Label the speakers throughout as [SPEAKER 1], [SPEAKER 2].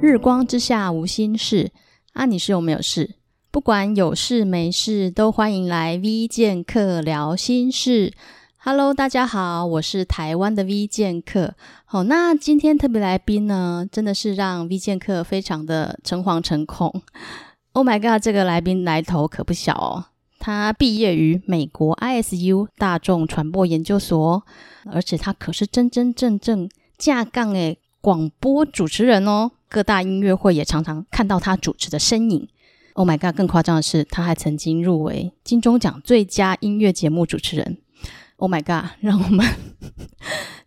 [SPEAKER 1] 日光之下无心事。啊，你是有没有事？不管有事没事，都欢迎来 V 剑客聊心事。Hello，大家好，我是台湾的 V 剑客。好，那今天特别来宾呢，真的是让 V 剑客非常的诚惶诚恐。Oh my god，这个来宾来头可不小哦。他毕业于美国 ISU 大众传播研究所，而且他可是真真正正架杠诶广播主持人哦，各大音乐会也常常看到他主持的身影。Oh my god！更夸张的是，他还曾经入围金钟奖最佳音乐节目主持人。Oh my god！让我 们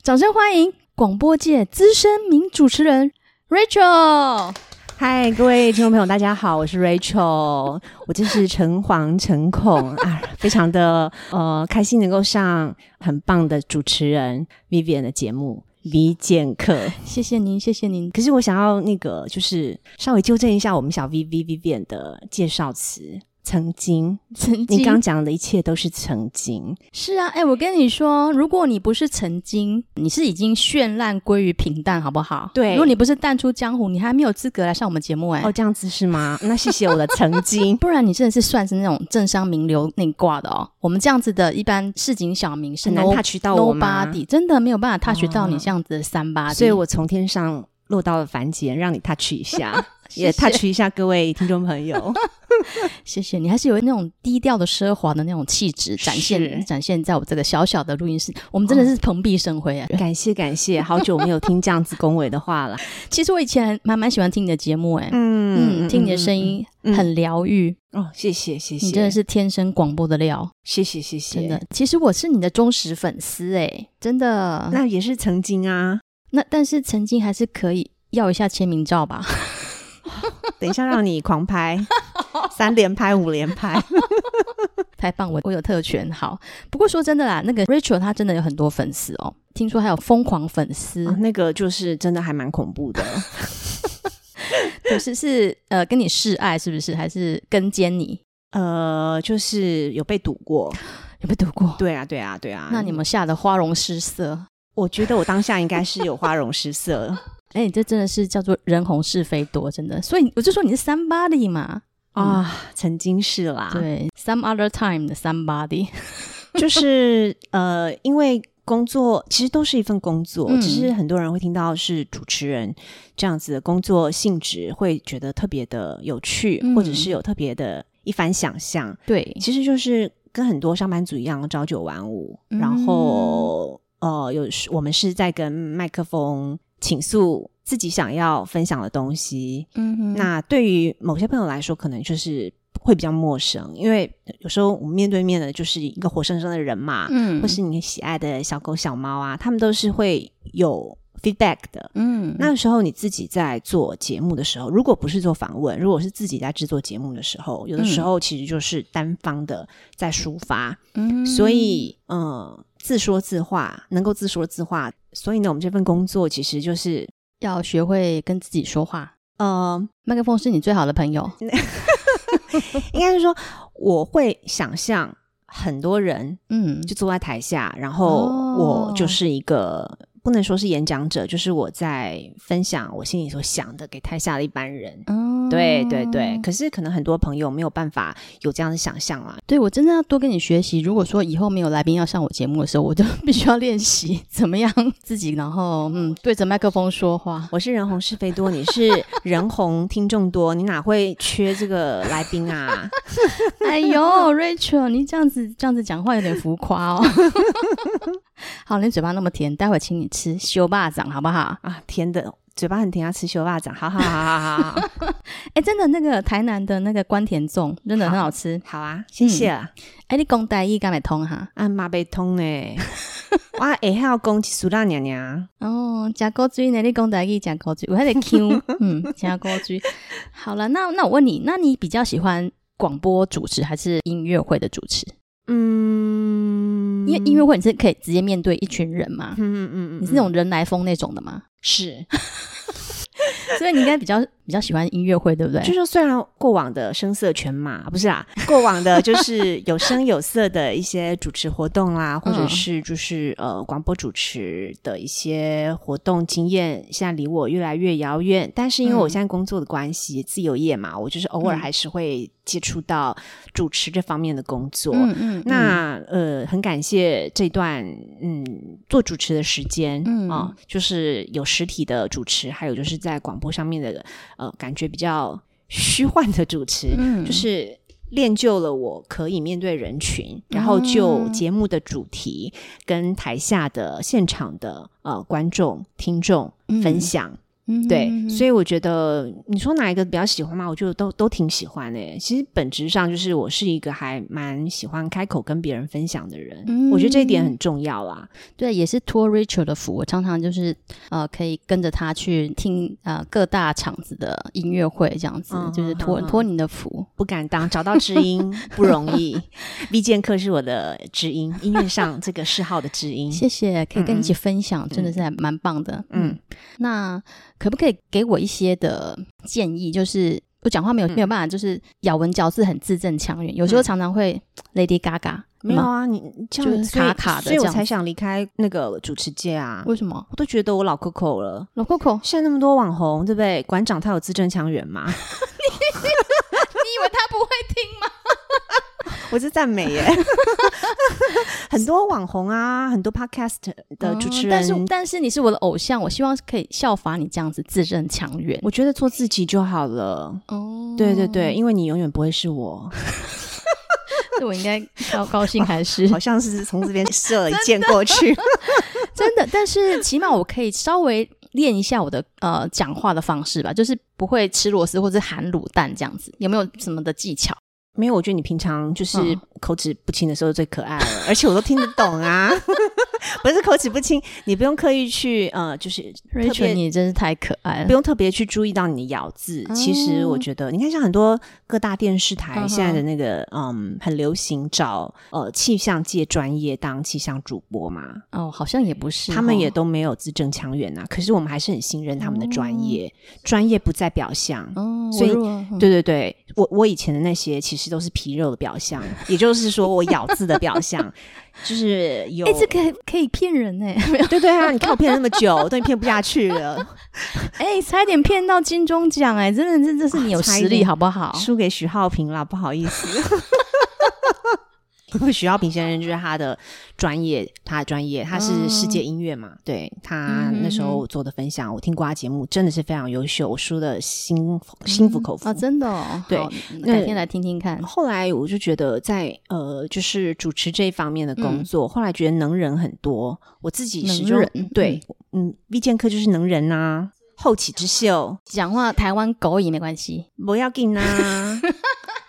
[SPEAKER 1] 掌声欢迎广播界资深名主持人 Rachel。
[SPEAKER 2] 嗨，各位听众朋友，大家好，我是 Rachel，我真是诚惶诚恐 啊，非常的呃开心能够上很棒的主持人 Vivian 的节目《V 剑客》。
[SPEAKER 1] 谢谢您，谢谢您。
[SPEAKER 2] 可是我想要那个，就是稍微纠正一下我们小 V V Vivian 的介绍词。曾经，
[SPEAKER 1] 曾
[SPEAKER 2] 你
[SPEAKER 1] 经
[SPEAKER 2] 刚讲的一切都是曾经，
[SPEAKER 1] 是啊，哎、我跟你说，如果你不是曾经，你是已经绚烂归于平淡，好不好？
[SPEAKER 2] 对
[SPEAKER 1] 如果你不是淡出江湖，你还没有资格来上我们节目哎、。
[SPEAKER 2] 哦，这样子是吗？那谢谢我的曾 经
[SPEAKER 1] 不然你真的是算是那种政商名流那挂的哦。我们这样子的，一般市井小民是
[SPEAKER 2] 很难
[SPEAKER 1] no
[SPEAKER 2] touch 到我吗
[SPEAKER 1] nobody，真的没有办法 touch 到你
[SPEAKER 2] 哦
[SPEAKER 1] 这样子的三八、
[SPEAKER 2] 所以我从天上落到了凡间，让你 touch 一下，
[SPEAKER 1] 谢
[SPEAKER 2] 也
[SPEAKER 1] 谢
[SPEAKER 2] touch 一下各位听众朋友。
[SPEAKER 1] 谢谢你，还是有那种低调的奢华的那种气质展现
[SPEAKER 2] 是
[SPEAKER 1] 展现在我这个小小的录音室。我们真的是蓬荜生辉啊！
[SPEAKER 2] 感谢感谢，好久没有听这样子恭维的话了。
[SPEAKER 1] 其实我以前蛮蛮喜欢听你的节目哎、
[SPEAKER 2] 嗯
[SPEAKER 1] 嗯，听你的声音很疗愈，
[SPEAKER 2] 哦，谢谢谢谢，
[SPEAKER 1] 你真的是天生广播的料，
[SPEAKER 2] 谢谢谢谢，
[SPEAKER 1] 真的。啊其实我是你的忠实粉丝哎、真的。
[SPEAKER 2] 那也是曾经 啊。
[SPEAKER 1] 那但是曾经还是可以要一下签名照吧。
[SPEAKER 2] 等一下让你 狂拍三连拍五连拍，
[SPEAKER 1] 太棒，我我有特权。好，不过说真的啦，那个 Rachel 她真的有很多粉丝哦，听说还有疯狂粉丝，
[SPEAKER 2] 啊那个就是真的还蛮恐怖的。
[SPEAKER 1] 可是是呃跟你示爱是不是？还是跟监你？
[SPEAKER 2] 呃，就是有被堵过，
[SPEAKER 1] 有没有读 过？
[SPEAKER 2] 对啊对啊对啊。
[SPEAKER 1] 那你们吓得花容失色。
[SPEAKER 2] 我觉得我当下应该是有花容失 色
[SPEAKER 1] 哎、你这真的是叫做人红是非多，真的。所以我就说你是三八的嘛，
[SPEAKER 2] 啊，曾经是啦，
[SPEAKER 1] 嗯对，some other time 的 somebody。
[SPEAKER 2] 就是呃，因为工作其实都是一份工作，
[SPEAKER 1] 嗯
[SPEAKER 2] 只是很多人会听到是主持人这样子的工作性质，会觉得特别的有趣，
[SPEAKER 1] 嗯
[SPEAKER 2] 或者是有特别的一番想象。
[SPEAKER 1] 对，
[SPEAKER 2] 其实就是跟很多上班族一样，朝九晚五，
[SPEAKER 1] 嗯
[SPEAKER 2] 然后呃，有时我们是在跟麦克风倾诉自己想要分享的东西，
[SPEAKER 1] 嗯哼
[SPEAKER 2] 那对于某些朋友来说，可能就是会比较陌生，因为有时候我们面对面的就是一个活生生的人嘛，
[SPEAKER 1] 嗯
[SPEAKER 2] 或是你喜爱的小狗、小猫啊，他们都是会有 feedback 的。
[SPEAKER 1] 嗯
[SPEAKER 2] 那时候你自己在做节目的时候，如果不是做访问，如果是自己在制作节目的时候，有的时候其实就是单方的在抒发，
[SPEAKER 1] 嗯
[SPEAKER 2] 所以嗯，自说自话，能够自说自话。所以呢，我们这份工作其实就是
[SPEAKER 1] 要学会跟自己说话。
[SPEAKER 2] 呃，
[SPEAKER 1] 麦克风是你最好的朋友。
[SPEAKER 2] 应该是说，我会想象很多人
[SPEAKER 1] 嗯，
[SPEAKER 2] 就坐在台下，然后
[SPEAKER 1] 哦
[SPEAKER 2] 我就是一个、不能说是演讲者，就是我在分享我心里所想的给台下的一般人。
[SPEAKER 1] 嗯
[SPEAKER 2] 对对对，可是可能很多朋友没有办法有这样的想象啊。
[SPEAKER 1] 对，我真的要多跟你学习。如果说以后没有来宾要上我节目的时候，我就 必须要练习怎么样自己，然后嗯，对着麦克风说话。
[SPEAKER 2] 我是人红是非多，你是人红听众多，你哪会缺这个来宾啊？
[SPEAKER 1] 哎 呦，Rachel，你这样子这样子讲话有点浮夸哦。 好，你嘴巴那么甜，待会请你吃修霸掌好不好？
[SPEAKER 2] 啊，甜的嘴巴很甜，要啊吃修霸掌，好好好好好好
[SPEAKER 1] 哎，真的那个台南的那个关田粽真的很好吃。
[SPEAKER 2] 好啊，谢谢啊。
[SPEAKER 1] 哎，你讲台语敢会通哈？
[SPEAKER 2] 啊，嘛袂通呢， 我会晓讲一苏拉娘娘，
[SPEAKER 1] 哦，假高锥呢？你讲台语假高锥，我还得 Q，嗯， 假高锥。好了，那那我问你，那你比较喜欢广播主持还是音乐会的主持？
[SPEAKER 2] 嗯，
[SPEAKER 1] 因为音乐会你是可以直接面对一群人嘛，
[SPEAKER 2] 嗯，嗯嗯嗯，啊
[SPEAKER 1] 你是那种人来疯那种的嘛？
[SPEAKER 2] 是，
[SPEAKER 1] 所以你应该比较比较喜欢音乐会，对不对？
[SPEAKER 2] 就是虽然过往的声色犬马不 是啊，过往的就是有声有色的一些主持活动
[SPEAKER 1] 嗯
[SPEAKER 2] 啦，或者是就是呃广播主持的一些活动经验，现在离我越来越遥远。但是因为我
[SPEAKER 1] 嗯
[SPEAKER 2] 现在工作的关系，自由业嘛，我就是偶尔
[SPEAKER 1] 嗯
[SPEAKER 2] 还是会接触到主持这方面的工作。
[SPEAKER 1] 嗯嗯，
[SPEAKER 2] 那呃，很感谢这段嗯做主持的时间啊、
[SPEAKER 1] 嗯
[SPEAKER 2] 就是有实体的主持，还有就是在广播上面的呃，感觉比较虚幻的主持，
[SPEAKER 1] 嗯
[SPEAKER 2] 就是。练就了我可以面对人群，
[SPEAKER 1] 嗯
[SPEAKER 2] 然后就节目的主题跟台下的现场的呃观众听众
[SPEAKER 1] 嗯
[SPEAKER 2] 分享，
[SPEAKER 1] 嗯
[SPEAKER 2] 对，所
[SPEAKER 1] 以
[SPEAKER 2] 以我觉得你说哪一个比较喜欢嘛，我觉得都都挺喜欢的耶。其实本质上就是我是一个还蛮喜欢开口跟别人分享的人，
[SPEAKER 1] 嗯
[SPEAKER 2] 我觉得这一点很重要啦。
[SPEAKER 1] 对也是托 Rachel 的福，我常常就是呃可以跟着他去听呃各大场子的音乐会，这样子、
[SPEAKER 2] 嗯
[SPEAKER 1] 就是
[SPEAKER 2] 嗯
[SPEAKER 1] 托
[SPEAKER 2] 嗯
[SPEAKER 1] 托你的福。
[SPEAKER 2] 不敢当，找到知 音不容易。V 剑客是我的知音，音乐上这个嗜好的知音。
[SPEAKER 1] 谢谢，可以跟你一起分享，真的
[SPEAKER 2] 嗯
[SPEAKER 1] 是还蛮棒的。
[SPEAKER 2] 嗯，
[SPEAKER 1] 那可不可以给我一些的建议？就是我讲话没有、没有办法，就是咬文嚼字很字正腔圆，有时候
[SPEAKER 2] 嗯
[SPEAKER 1] 常常会 Lady Gaga，
[SPEAKER 2] 没有
[SPEAKER 1] 吗
[SPEAKER 2] 啊，你这
[SPEAKER 1] 就
[SPEAKER 2] 样
[SPEAKER 1] 是
[SPEAKER 2] 所以
[SPEAKER 1] 卡卡的
[SPEAKER 2] 所以
[SPEAKER 1] 这
[SPEAKER 2] 我
[SPEAKER 1] 样
[SPEAKER 2] 才
[SPEAKER 1] 子
[SPEAKER 2] 想离开那个主持界啊。
[SPEAKER 1] 为什么？
[SPEAKER 2] 我都觉得我老 Coco 了。
[SPEAKER 1] 老 Coco，
[SPEAKER 2] 现在那么多网红，对不对？馆长他有字正腔圆吗？
[SPEAKER 1] 你以为他不会听吗？
[SPEAKER 2] 我是赞美 耶，很多网红啊，很多 podcast 的主持
[SPEAKER 1] 嗯
[SPEAKER 2] 人，
[SPEAKER 1] 但是但是你是我的偶像，我希望可以效法你这样子字正腔圆。
[SPEAKER 2] 我觉得做自己就好了。
[SPEAKER 1] 哦
[SPEAKER 2] 对对对，，因为你永远不会是我，
[SPEAKER 1] 这我应该高高兴还是
[SPEAKER 2] 好像是从这边射了一箭过去。
[SPEAKER 1] 真的？但是起码我可以稍微练一下我的呃讲话的方式吧，就是不会吃螺丝或者含卤蛋这样子，有没有什么的技巧？
[SPEAKER 2] 没有，我觉得你平常就是
[SPEAKER 1] 嗯
[SPEAKER 2] 口齿不清的时候最可爱了，而且我都听得懂啊。 不是口齿不清，你不用刻意去呃，就是特
[SPEAKER 1] Rachel，
[SPEAKER 2] 别
[SPEAKER 1] 你真是太可爱
[SPEAKER 2] 不
[SPEAKER 1] 了。
[SPEAKER 2] 用特别去注意到你的咬字。其实我
[SPEAKER 1] 哦
[SPEAKER 2] 觉得，你看像很多各大电
[SPEAKER 1] 嗯
[SPEAKER 2] 视台
[SPEAKER 1] 哼
[SPEAKER 2] 现在的那个，嗯，很流行找呃气象界专业当气象主播嘛，
[SPEAKER 1] 哦，好像也不是哦，
[SPEAKER 2] 他们也都没有字正腔圆呐。可是我们还是很信任他们的专业，专业不在表象。
[SPEAKER 1] 哦，
[SPEAKER 2] 所以
[SPEAKER 1] 我如果哦嗯
[SPEAKER 2] 对对对，我我以前的那些其实都是皮肉的表象，也就是说我咬字的表象， 就是有。
[SPEAKER 1] 哎、这个可以骗人哎、没有
[SPEAKER 2] 对对啊，你看我骗了那么久，都已经骗不下去了，
[SPEAKER 1] 哎、差一点骗到金钟奖哎，真的是这是你有
[SPEAKER 2] 差一
[SPEAKER 1] 实力
[SPEAKER 2] 点
[SPEAKER 1] 好不好？
[SPEAKER 2] 输给许浩平啦，不好意思。 因为许浩平先生就是他的专业，他的专业他是世界音乐嘛，对他
[SPEAKER 1] 嗯哼
[SPEAKER 2] 那时候做的分享，我听过他节目，真的是非常优秀，我输的心服心服口服、
[SPEAKER 1] 哦，真的哦，
[SPEAKER 2] 对
[SPEAKER 1] 好，
[SPEAKER 2] 那
[SPEAKER 1] 改天来听听看。
[SPEAKER 2] 后来我就觉得在呃，就是主持这一方面的工作，后来觉得能人很多，我自己
[SPEAKER 1] 嗯
[SPEAKER 2] 始
[SPEAKER 1] 能
[SPEAKER 2] 终
[SPEAKER 1] 人
[SPEAKER 2] 对，嗯，V 剑客就是能人呐、后起之秀
[SPEAKER 1] 讲话台湾狗也没关系，
[SPEAKER 2] 不要紧 呐，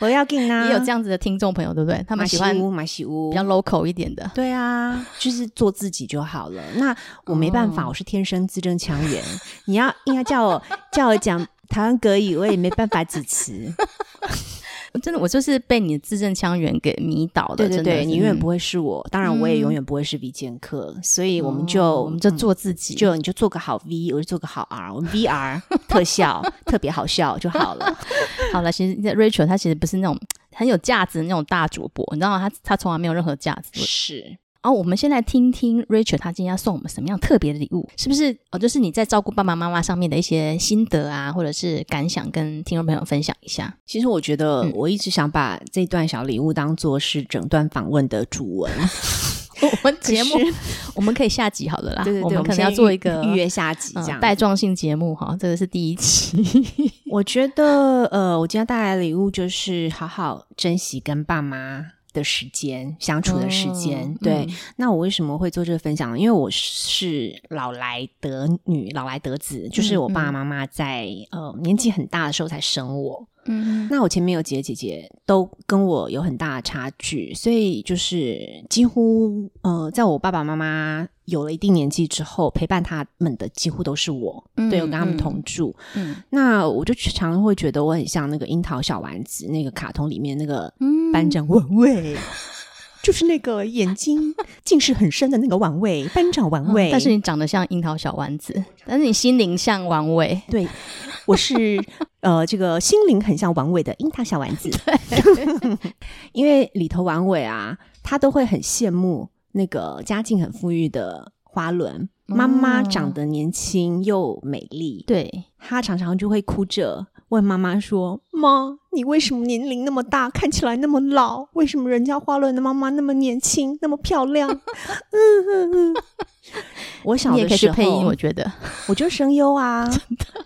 [SPEAKER 2] 不要紧呐，
[SPEAKER 1] 也有这样子的听众朋友，对不对？他
[SPEAKER 2] 马
[SPEAKER 1] 们喜
[SPEAKER 2] 西
[SPEAKER 1] 欢
[SPEAKER 2] 屋，啊马西屋
[SPEAKER 1] 比较 local 一点的。
[SPEAKER 2] 对啊，就是做自己就好了。那我没办法，
[SPEAKER 1] 哦
[SPEAKER 2] 我是天生字正腔圆。你要应该叫我叫我讲台湾格语，我也没办法主持。
[SPEAKER 1] 真的，我就是被你的字正腔圆给迷倒的。
[SPEAKER 2] 对对
[SPEAKER 1] 真的
[SPEAKER 2] 对，
[SPEAKER 1] 是
[SPEAKER 2] 你永远
[SPEAKER 1] 嗯
[SPEAKER 2] 不会是我，当然我也
[SPEAKER 1] 嗯
[SPEAKER 2] 永远不会是 V 剑客，所以我们
[SPEAKER 1] 哦
[SPEAKER 2] 就、
[SPEAKER 1] 我们就
[SPEAKER 2] 嗯
[SPEAKER 1] 做自己，
[SPEAKER 2] 就你就做个好 V，我就做个好 R，我 们 VR 特效特别好笑就好了。
[SPEAKER 1] 好了。其实 Rachel 她其实不是那种很有价值的那种大主播，你知道吗？她她从来没有任何价值。
[SPEAKER 2] 是，
[SPEAKER 1] 哦，我们先来听听 Rachel 她今天要送我们什么样特别的礼物，是不是？哦，就是你在照顾爸爸妈妈上面的一些心得啊，或者是感想，跟听众朋友分享一下。
[SPEAKER 2] 其实我觉得
[SPEAKER 1] 嗯
[SPEAKER 2] 我一直想把这段小礼物当做是整段访问的 主文
[SPEAKER 1] 我们
[SPEAKER 2] 可是
[SPEAKER 1] 节目 我们可以下集好了啦，
[SPEAKER 2] 对对对，
[SPEAKER 1] 我们可能
[SPEAKER 2] 现
[SPEAKER 1] 要
[SPEAKER 2] 在
[SPEAKER 1] 做
[SPEAKER 2] 预
[SPEAKER 1] 一个
[SPEAKER 2] 预约下集这样
[SPEAKER 1] 嗯、。带状性节目哈，这个是第一期。
[SPEAKER 2] 我觉得呃，我今天带来的礼物就是好好珍惜跟爸妈。的时间相处的时间，
[SPEAKER 1] 哦
[SPEAKER 2] 对。
[SPEAKER 1] 嗯
[SPEAKER 2] 那我为什么会做这个分享呢？因为我是老来得女，老来得子，
[SPEAKER 1] 嗯
[SPEAKER 2] 就是我爸爸妈妈在、呃年纪很大的时候才生我，
[SPEAKER 1] 嗯，
[SPEAKER 2] 那我前面有几个姐姐都跟我有很大的差距，所以就是几乎呃，在我爸爸妈妈有了一定年纪之后，陪伴他们的几乎都是我，
[SPEAKER 1] 嗯
[SPEAKER 2] 对我跟他们同住。
[SPEAKER 1] 嗯
[SPEAKER 2] 那我就常常会觉得我很像那个樱桃小丸子那个卡通里面那个
[SPEAKER 1] 嗯
[SPEAKER 2] 班长晚卫。就是那个眼睛近视很深的那个晚卫，
[SPEAKER 1] 嗯
[SPEAKER 2] 班长晚卫、
[SPEAKER 1] 但是你长得像樱桃小丸子，但是你心灵像王伟。
[SPEAKER 2] 对，我是呃，这个心灵很像王伟的樱桃小丸子， 因为里头王伟啊，他都会很羡慕那个家境很富裕的花轮。妈妈长得年轻又美丽，
[SPEAKER 1] 对，
[SPEAKER 2] 他常常就会哭着问妈妈说：“妈，你为什么年龄那么大，看起来那么老？为什么人家花轮的妈妈那么年轻，那么漂亮？” 嗯嗯嗯，我小
[SPEAKER 1] 你也
[SPEAKER 2] 的
[SPEAKER 1] 可以去
[SPEAKER 2] 时候，
[SPEAKER 1] 配音，我觉 得
[SPEAKER 2] 我就声 优啊，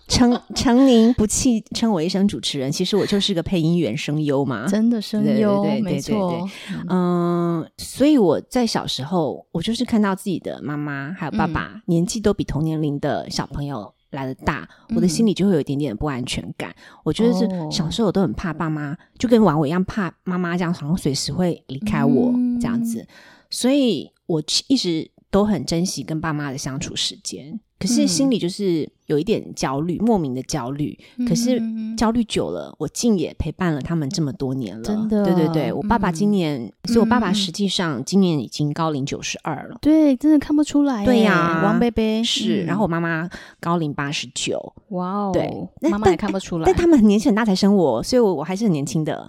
[SPEAKER 2] 陈陈宁不弃称我一声主持人，其实我就是个配音员声优嘛。
[SPEAKER 1] 真的声优
[SPEAKER 2] 对对对
[SPEAKER 1] 没
[SPEAKER 2] 对
[SPEAKER 1] 错，
[SPEAKER 2] 嗯，所以我在小时候，我就是看到自己的妈妈还有爸爸、
[SPEAKER 1] 嗯
[SPEAKER 2] 年纪都比同年龄的小朋友来的大，我的
[SPEAKER 1] 嗯
[SPEAKER 2] 心里就会有一点点不安全感。我觉得是
[SPEAKER 1] 哦
[SPEAKER 2] 小时候我都很怕爸妈，就跟王伟一样怕妈妈这样，好像随时会离开我、这样子，
[SPEAKER 1] 嗯
[SPEAKER 2] 所以我一直都很珍惜跟爸妈的相处时间。可是
[SPEAKER 1] 嗯
[SPEAKER 2] 心里就是有一点焦虑，莫名的焦虑。可是
[SPEAKER 1] 嗯
[SPEAKER 2] 焦虑久了，我竟也陪伴了他们这么多年了。
[SPEAKER 1] 真的
[SPEAKER 2] 对对对，我爸爸今
[SPEAKER 1] 嗯
[SPEAKER 2] 年，所以我爸
[SPEAKER 1] 嗯嗯
[SPEAKER 2] 爸
[SPEAKER 1] 嗯
[SPEAKER 2] 实际上今年已经高龄九十二了。
[SPEAKER 1] 对，真的看不出来耶。
[SPEAKER 2] 对呀
[SPEAKER 1] 王贝贝
[SPEAKER 2] 是，
[SPEAKER 1] 嗯
[SPEAKER 2] 然后我妈妈高龄八十九，
[SPEAKER 1] 哇哦，
[SPEAKER 2] 对那
[SPEAKER 1] 妈妈
[SPEAKER 2] 但
[SPEAKER 1] 也看不出来
[SPEAKER 2] 但，他们很年纪很大才生我，所以我我还是很年轻 的，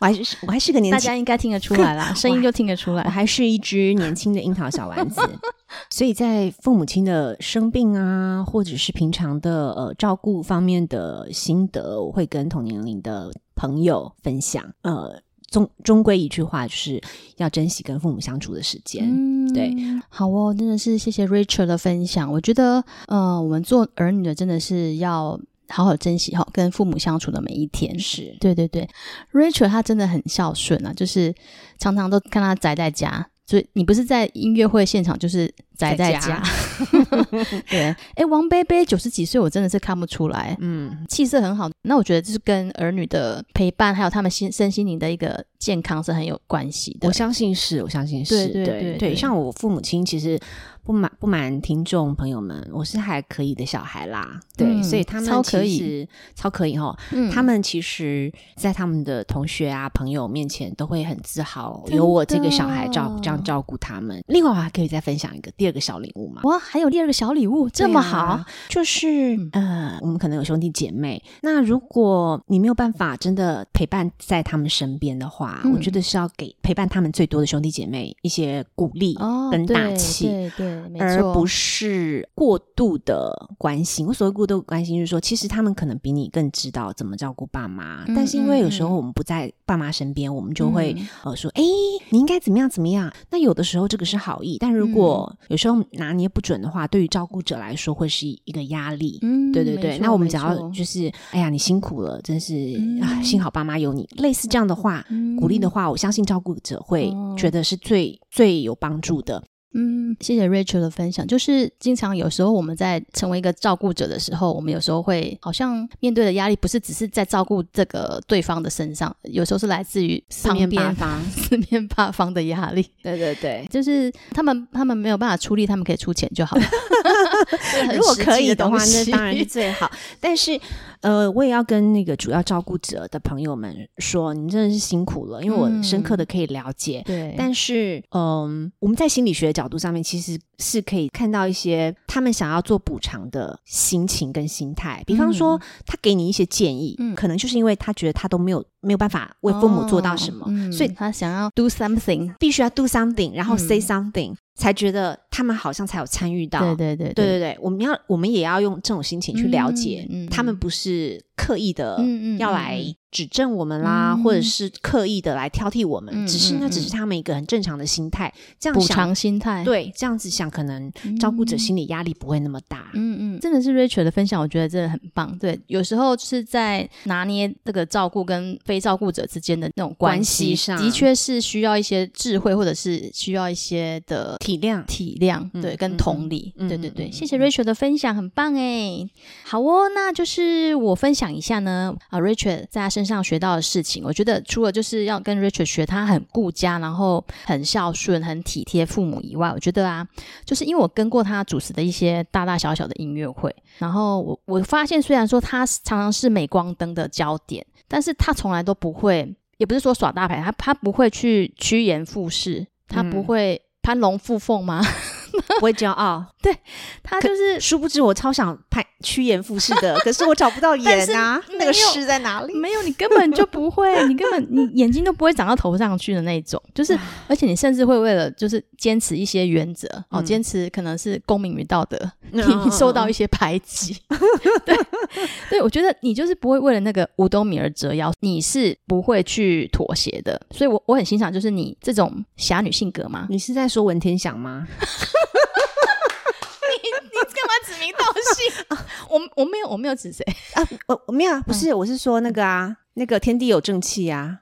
[SPEAKER 2] 我还是我还是个年
[SPEAKER 1] 大
[SPEAKER 2] 轻
[SPEAKER 1] 家，应该听得出来啦，声音就听得出
[SPEAKER 2] 我
[SPEAKER 1] 来。
[SPEAKER 2] 还是一只年轻的樱桃小丸子。 所以在父母亲的生病啊，或者是平常的呃照顾方面的心得，我会跟同年龄的朋友分享。呃，终终归一句话，就是要珍惜跟父母相处的时间。
[SPEAKER 1] 嗯
[SPEAKER 2] 对，
[SPEAKER 1] 好哦，真的是谢谢 Rachel 的分享。我觉得，呃，我们做儿女的真的是要好好珍惜哈、跟父母相处的每一天。
[SPEAKER 2] 是，
[SPEAKER 1] 对对对，Rachel 她真的很孝顺啊，就是常常都看她宅在家，所以你不是在音乐会现场，就是宅在
[SPEAKER 2] 在
[SPEAKER 1] 家。
[SPEAKER 2] 家
[SPEAKER 1] 对，哎，王贝贝九十几岁，我真的是看不出来，
[SPEAKER 2] 嗯，
[SPEAKER 1] 气色很好。那我觉得这是跟儿女的陪伴，还有他们心身心灵的一个健康是很有关系的
[SPEAKER 2] 我。相信是，我相信是，
[SPEAKER 1] 对对对对
[SPEAKER 2] 像我父母亲，其实不瞒不瞒听众朋友们，我是还可以的小孩啦，对，
[SPEAKER 1] 嗯
[SPEAKER 2] 所以他们
[SPEAKER 1] 超可以
[SPEAKER 2] 其实，超可以哈，哦
[SPEAKER 1] 嗯
[SPEAKER 2] 他们其实，在他们的同学啊、朋友面前，都会很自豪，
[SPEAKER 1] 真的
[SPEAKER 2] 有我这个小孩照这样照顾他们。另外，我还可以再分享一个第二个小礼物嘛。
[SPEAKER 1] 哇，还有第二个小礼物，这么好，
[SPEAKER 2] 对啊就是
[SPEAKER 1] 嗯
[SPEAKER 2] 呃，我们可能有兄弟姐妹，那如果你没有办法真的陪伴在他们身边的话，
[SPEAKER 1] 嗯
[SPEAKER 2] 我觉得是要给陪伴他们最多的兄弟姐妹一些鼓励
[SPEAKER 1] 哦，
[SPEAKER 2] 跟
[SPEAKER 1] 对
[SPEAKER 2] 打气。
[SPEAKER 1] 对对，没
[SPEAKER 2] 而
[SPEAKER 1] 错，
[SPEAKER 2] 不是过度的关心。我所谓过度关心，就是说，其实他们可能比你更知道怎么照顾爸妈，
[SPEAKER 1] 嗯
[SPEAKER 2] 但是因为有时
[SPEAKER 1] 嗯
[SPEAKER 2] 候
[SPEAKER 1] 嗯
[SPEAKER 2] 我们不在爸妈身边，我们就会、
[SPEAKER 1] 嗯
[SPEAKER 2] 呃说，哎，你应该怎么样怎么样。那有的时候这个是好意，但如果
[SPEAKER 1] 嗯
[SPEAKER 2] 有时候拿捏不准的话，对于照顾者来说会是一个压力。
[SPEAKER 1] 嗯，
[SPEAKER 2] 对对
[SPEAKER 1] 没
[SPEAKER 2] 对，
[SPEAKER 1] 错
[SPEAKER 2] 那我们
[SPEAKER 1] 没
[SPEAKER 2] 只要
[SPEAKER 1] 错
[SPEAKER 2] 就是，哎呀，你辛苦了，真是、啊，
[SPEAKER 1] 嗯
[SPEAKER 2] 幸好爸妈有你，类似这样的话，
[SPEAKER 1] 嗯
[SPEAKER 2] 鼓励的话，我相信照顾者会
[SPEAKER 1] 哦
[SPEAKER 2] 觉得是最、最有帮助的。
[SPEAKER 1] 嗯，谢谢 Rachel 的分享。就是经常有时候我们在成为一个照顾者的时候，我们有时候会好像面对的压力不是只是在照顾这个对方的身上，有时候是来自于
[SPEAKER 2] 四
[SPEAKER 1] 旁
[SPEAKER 2] 面
[SPEAKER 1] 边
[SPEAKER 2] 八方，
[SPEAKER 1] 四面八方的压力。
[SPEAKER 2] 对对对，
[SPEAKER 1] 就是他们他们没有办法出力，他们可以出钱就 好了。这 个很
[SPEAKER 2] 如果
[SPEAKER 1] 实
[SPEAKER 2] 可
[SPEAKER 1] 际
[SPEAKER 2] 以的话，
[SPEAKER 1] 东
[SPEAKER 2] 那
[SPEAKER 1] 西
[SPEAKER 2] 当然 是最好。但是，呃，我也要跟那个主要照顾者的朋友们说，你们真的是辛苦了，因为我深刻的可以了解。
[SPEAKER 1] 嗯对，
[SPEAKER 2] 但是，嗯，我们在心理学的角度上面，其实是可以看到一些他们想要做补偿的心情跟心态。比方说，他给你一些建议，
[SPEAKER 1] 嗯
[SPEAKER 2] 可能就是因为他觉得他都没有没有办法为父母做到什么，
[SPEAKER 1] 哦嗯
[SPEAKER 2] 所以
[SPEAKER 1] 他想要 do something。
[SPEAKER 2] 必须要 do something，然后
[SPEAKER 1] 嗯
[SPEAKER 2] say something，、才觉得他们好像才有参与到。
[SPEAKER 1] 对对对
[SPEAKER 2] 对对对，我们要我们也要用这种心情去了解，
[SPEAKER 1] 嗯嗯
[SPEAKER 2] 他们
[SPEAKER 1] 嗯
[SPEAKER 2] 不是刻意的
[SPEAKER 1] 嗯嗯
[SPEAKER 2] 要
[SPEAKER 1] 嗯
[SPEAKER 2] 来
[SPEAKER 1] 嗯
[SPEAKER 2] 指正我们啦，
[SPEAKER 1] 嗯
[SPEAKER 2] 或者是刻意的来挑剔我们，
[SPEAKER 1] 嗯
[SPEAKER 2] 只是那
[SPEAKER 1] 嗯
[SPEAKER 2] 只是他们一个很正常的心态，这样
[SPEAKER 1] 补
[SPEAKER 2] 想
[SPEAKER 1] 偿心态，
[SPEAKER 2] 对，这样子想可能照顾者
[SPEAKER 1] 嗯
[SPEAKER 2] 心理压力不会那么大。
[SPEAKER 1] 嗯嗯，真的是 Rachel 的分享，我觉得真的很棒。对，有时候就是在拿捏这个照顾跟非照顾者之间的那种
[SPEAKER 2] 关
[SPEAKER 1] 系
[SPEAKER 2] 系上
[SPEAKER 1] 的确是需要一些智慧，或者是需要一些的
[SPEAKER 2] 体 谅，
[SPEAKER 1] 体谅，
[SPEAKER 2] 嗯
[SPEAKER 1] 对，
[SPEAKER 2] 嗯
[SPEAKER 1] 跟同理，
[SPEAKER 2] 嗯
[SPEAKER 1] 对对
[SPEAKER 2] 嗯
[SPEAKER 1] 对。
[SPEAKER 2] 嗯
[SPEAKER 1] 谢谢 Rachel 的分享，很棒哎。好哦，那就是我分享一下呢，啊，Rachel 在他身上学到的事情，我觉得除了就是要跟 Rachel 学他很顾家，然后很孝顺、很体贴父母以外，我觉得啊，就是因为我跟过他主持的一些大大小小的音乐会，然后我我发现，虽然说他常常是镁光灯的焦点，但是他从来都不会，也不是说耍大牌，他他不会去趋炎附势，他不
[SPEAKER 2] 嗯
[SPEAKER 1] 会攀龙附凤吗？
[SPEAKER 2] 不会骄傲。
[SPEAKER 1] 他
[SPEAKER 2] 可
[SPEAKER 1] 就是
[SPEAKER 2] 哦殊不知我超想拍趋炎附势的，可是我找不到眼啊
[SPEAKER 1] 但是，
[SPEAKER 2] 那
[SPEAKER 1] 没有
[SPEAKER 2] 个势在哪里？
[SPEAKER 1] 没有，你根本就不会，你根 本你眼睛都不会长到头上去的那种，就是，而且你甚至会为了就是坚持一些原则哦，
[SPEAKER 2] 嗯
[SPEAKER 1] 坚持可能是公民与道德， 你
[SPEAKER 2] 嗯
[SPEAKER 1] 你受到一些排挤， 对，对我觉得你就是不会为了那个五斗米而折腰，你是不会去妥协的，所以我我很欣赏就是你这种侠女性格 嘛，
[SPEAKER 2] 你是在说文天祥吗？
[SPEAKER 1] 干嘛指名道 姓？啊我我没有我没有指谁，
[SPEAKER 2] 我我没有啊，不是，我是说那个啊，那个天地有正气啊。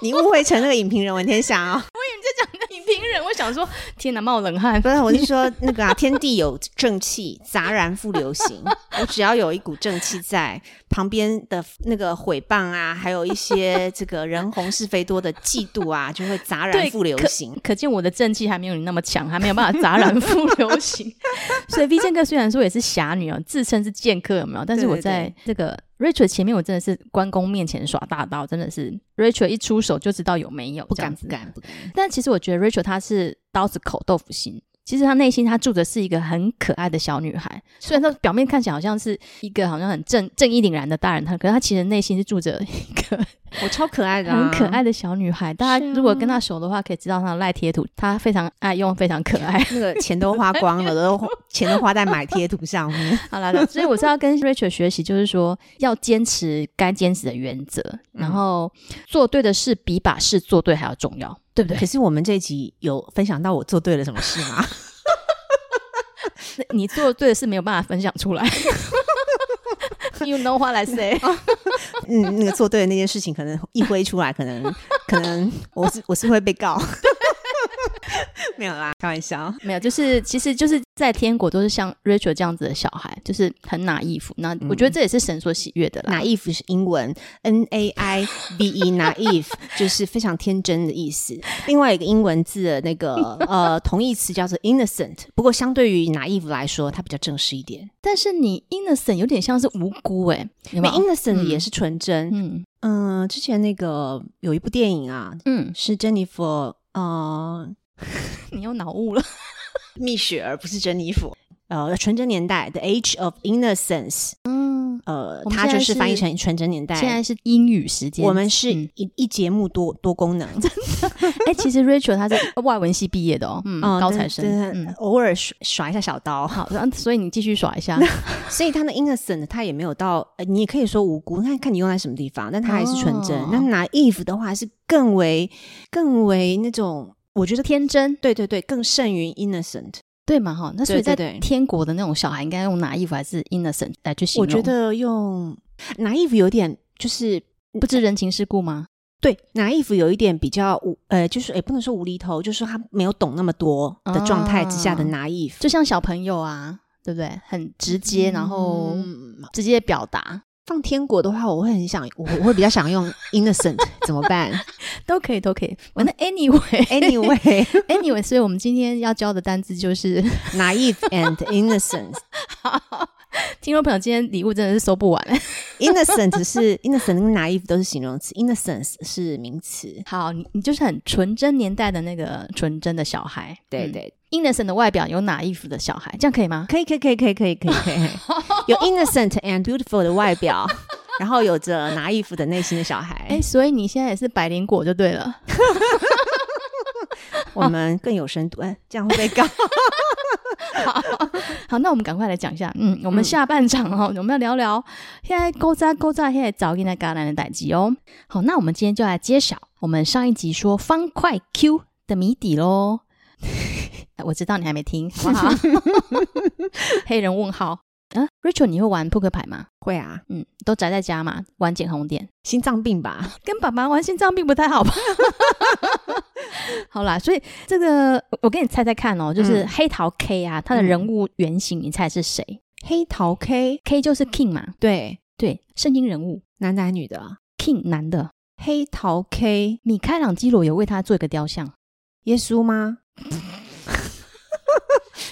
[SPEAKER 2] 你误会成那个影评人文天祥哦，
[SPEAKER 1] 影评人，我想说，天哪，冒冷汗
[SPEAKER 2] 不，是，我是说那个啊，天地有正气，杂然不流行。我只要有一股正气在，旁边的那个毁谤啊，还有一些这个人红是非多的嫉妒啊，就会杂然
[SPEAKER 1] 对
[SPEAKER 2] 不流
[SPEAKER 1] 可
[SPEAKER 2] 行。
[SPEAKER 1] 可见我的正气还没有你那么强，还没有办法杂然复流 行。所以 V 剑客虽然说也是侠女哦，自称是剑客有没有？但是
[SPEAKER 2] 对对
[SPEAKER 1] 我在这个 Rachel 前面，我真的是关公面前耍大刀，真的是 Rachel 一出手就知道有没有，
[SPEAKER 2] 不
[SPEAKER 1] 这样
[SPEAKER 2] 敢
[SPEAKER 1] 子
[SPEAKER 2] 不。敢不敢。
[SPEAKER 1] 但其实我觉得 Rachel 她是刀子口豆腐心。其实她内心，她住的是一个很可爱的小女孩。虽然她表面看起来好像是一个好像很正正义凛然的大人，她可是她其实内心是住着一个
[SPEAKER 2] 我超可爱的、啊，
[SPEAKER 1] 很可爱的小女孩。大家
[SPEAKER 2] 是啊
[SPEAKER 1] 如果跟她熟的话，可以知道她的赖贴图，她非常爱用，非常可爱。
[SPEAKER 2] 那个钱都花光了，都花钱都花在买贴图上面。
[SPEAKER 1] 好啦，所以我是要跟 Rachel 学习，就是说要坚持该坚持的原则，然后做对的事比把事做对还要重要，对不对
[SPEAKER 2] 可？是我们这一集有分享到我做对了什么事吗？
[SPEAKER 1] 你做对的事没有办法分享出 来。You know what I say？
[SPEAKER 2] 嗯，那个做对的那件事情，可能一挥出来，可能可能我是我是会被告。 没有啦，开玩笑。
[SPEAKER 1] 没有，就是其实就是在天国都是像 Rachel 这样子的小孩，就是很拿衣服。那我觉得这也是神所喜悦的啦。
[SPEAKER 2] naive 是英文，n a i v e naive 就是非常天真的意思。另外一个英文字的那个呃同义词叫做 innocent，不过相对于 naive 来说，它比较正式一点。
[SPEAKER 1] 但是你 innocent 有点像是无辜哎、有
[SPEAKER 2] 因
[SPEAKER 1] 没
[SPEAKER 2] 为
[SPEAKER 1] 有？
[SPEAKER 2] innocent
[SPEAKER 1] 嗯
[SPEAKER 2] 也是纯真，
[SPEAKER 1] 嗯
[SPEAKER 2] 嗯，之前那个有一部电影啊，
[SPEAKER 1] 嗯，
[SPEAKER 2] 是 Jennifer，呃，
[SPEAKER 1] 你又脑雾了。
[SPEAKER 2] 蜜雪儿不是珍妮佛，呃，纯真年代，The Age of Innocence，
[SPEAKER 1] 嗯，
[SPEAKER 2] 呃，
[SPEAKER 1] 我们
[SPEAKER 2] 它
[SPEAKER 1] 现在
[SPEAKER 2] 就是翻译
[SPEAKER 1] 是
[SPEAKER 2] 成纯真年代。
[SPEAKER 1] 现在是英语时间。
[SPEAKER 2] 我们是
[SPEAKER 1] 嗯
[SPEAKER 2] 一、一节目多多功能，
[SPEAKER 1] 哎、其实 Rachel 她是 外文系毕业的哦， 嗯，
[SPEAKER 2] 嗯
[SPEAKER 1] 高
[SPEAKER 2] 但
[SPEAKER 1] 材
[SPEAKER 2] 是
[SPEAKER 1] 生，
[SPEAKER 2] 但是
[SPEAKER 1] 嗯，
[SPEAKER 2] 偶尔耍耍一下小 刀，
[SPEAKER 1] 好，然后所以你继续耍一下，
[SPEAKER 2] 所以他的 innocent 他也没有到，呃、你也可以说无辜，看看你用在什么地方，但他还是纯真。
[SPEAKER 1] 哦
[SPEAKER 2] 那拿 if 的话是更为更为那种，我觉得
[SPEAKER 1] 天真，
[SPEAKER 2] 对对对，更胜于 innocent。
[SPEAKER 1] 对嘛哈？那所以
[SPEAKER 2] 对
[SPEAKER 1] 在
[SPEAKER 2] 对对
[SPEAKER 1] 天国的那种小孩，应该用拿衣服还是 innocent 来去形
[SPEAKER 2] 我
[SPEAKER 1] 容？
[SPEAKER 2] 觉得用 naive 有点就是
[SPEAKER 1] 不知人情世故吗？
[SPEAKER 2] 对 naive 有一点比较无呃，就是也不能说无厘头，就是说他没有懂那么多的状态之下的
[SPEAKER 1] 啊
[SPEAKER 2] naive，、
[SPEAKER 1] 就像小朋友啊，对不对？很直接，然后
[SPEAKER 2] 嗯
[SPEAKER 1] 直接表达
[SPEAKER 2] 放天国的话，我会很想， 我我会比较想用 innocent，怎么 办
[SPEAKER 1] 都可以，都可以。反正 anyway，anyway，
[SPEAKER 2] ？Anyway。
[SPEAKER 1] 嗯所以我们今天要教的单字就是，
[SPEAKER 2] naive and innocent。
[SPEAKER 1] 听众朋友今天礼物真的是收不完。
[SPEAKER 2] innocent 是 innocent 跟 naive 都是形容词，innocence 是名词。
[SPEAKER 1] 好，你你就是很纯真年代的那个纯真的小孩，
[SPEAKER 2] 对
[SPEAKER 1] 嗯
[SPEAKER 2] 对，
[SPEAKER 1] innocent 的外表有哪衣服的小孩，这样可以吗？
[SPEAKER 2] 可以可以可以可以可以可 以可以，有 innocent and beautiful 的外表，然后有着 naive 的内心的小孩。
[SPEAKER 1] 哎、所以你现在也是百灵果就对了。
[SPEAKER 2] 我们更有深度，哎，这样会被告。
[SPEAKER 1] 好，那我们赶快来讲一下，嗯，我们
[SPEAKER 2] 嗯
[SPEAKER 1] 下半场哦，我们要聊聊现在勾扎勾扎现在早跟那嘎兰的代际哦。好，那我们今天就来揭晓我们上一集说方块 Q 的谜底喽。 我知道你还没听，好不 好？黑人问号。啊，Rachel，你会玩扑克牌吗？
[SPEAKER 2] 会啊，
[SPEAKER 1] 嗯，都宅在家嘛，玩捡红点。
[SPEAKER 2] 心脏病吧？
[SPEAKER 1] 跟爸爸玩心脏病不太好吧？ 好啦，所以这个我给你猜猜看哦，就是
[SPEAKER 2] 嗯
[SPEAKER 1] 黑桃 K 啊，他的人物原型你猜是谁
[SPEAKER 2] 黑桃 K，
[SPEAKER 1] ？K 就是 King
[SPEAKER 2] 嗯
[SPEAKER 1] 嘛，
[SPEAKER 2] 对，
[SPEAKER 1] 对，圣经人物
[SPEAKER 2] 男的还是女的啊？
[SPEAKER 1] King 男的，
[SPEAKER 2] 黑桃 K，
[SPEAKER 1] 米开朗基罗有为他做一个雕像，
[SPEAKER 2] 耶稣吗？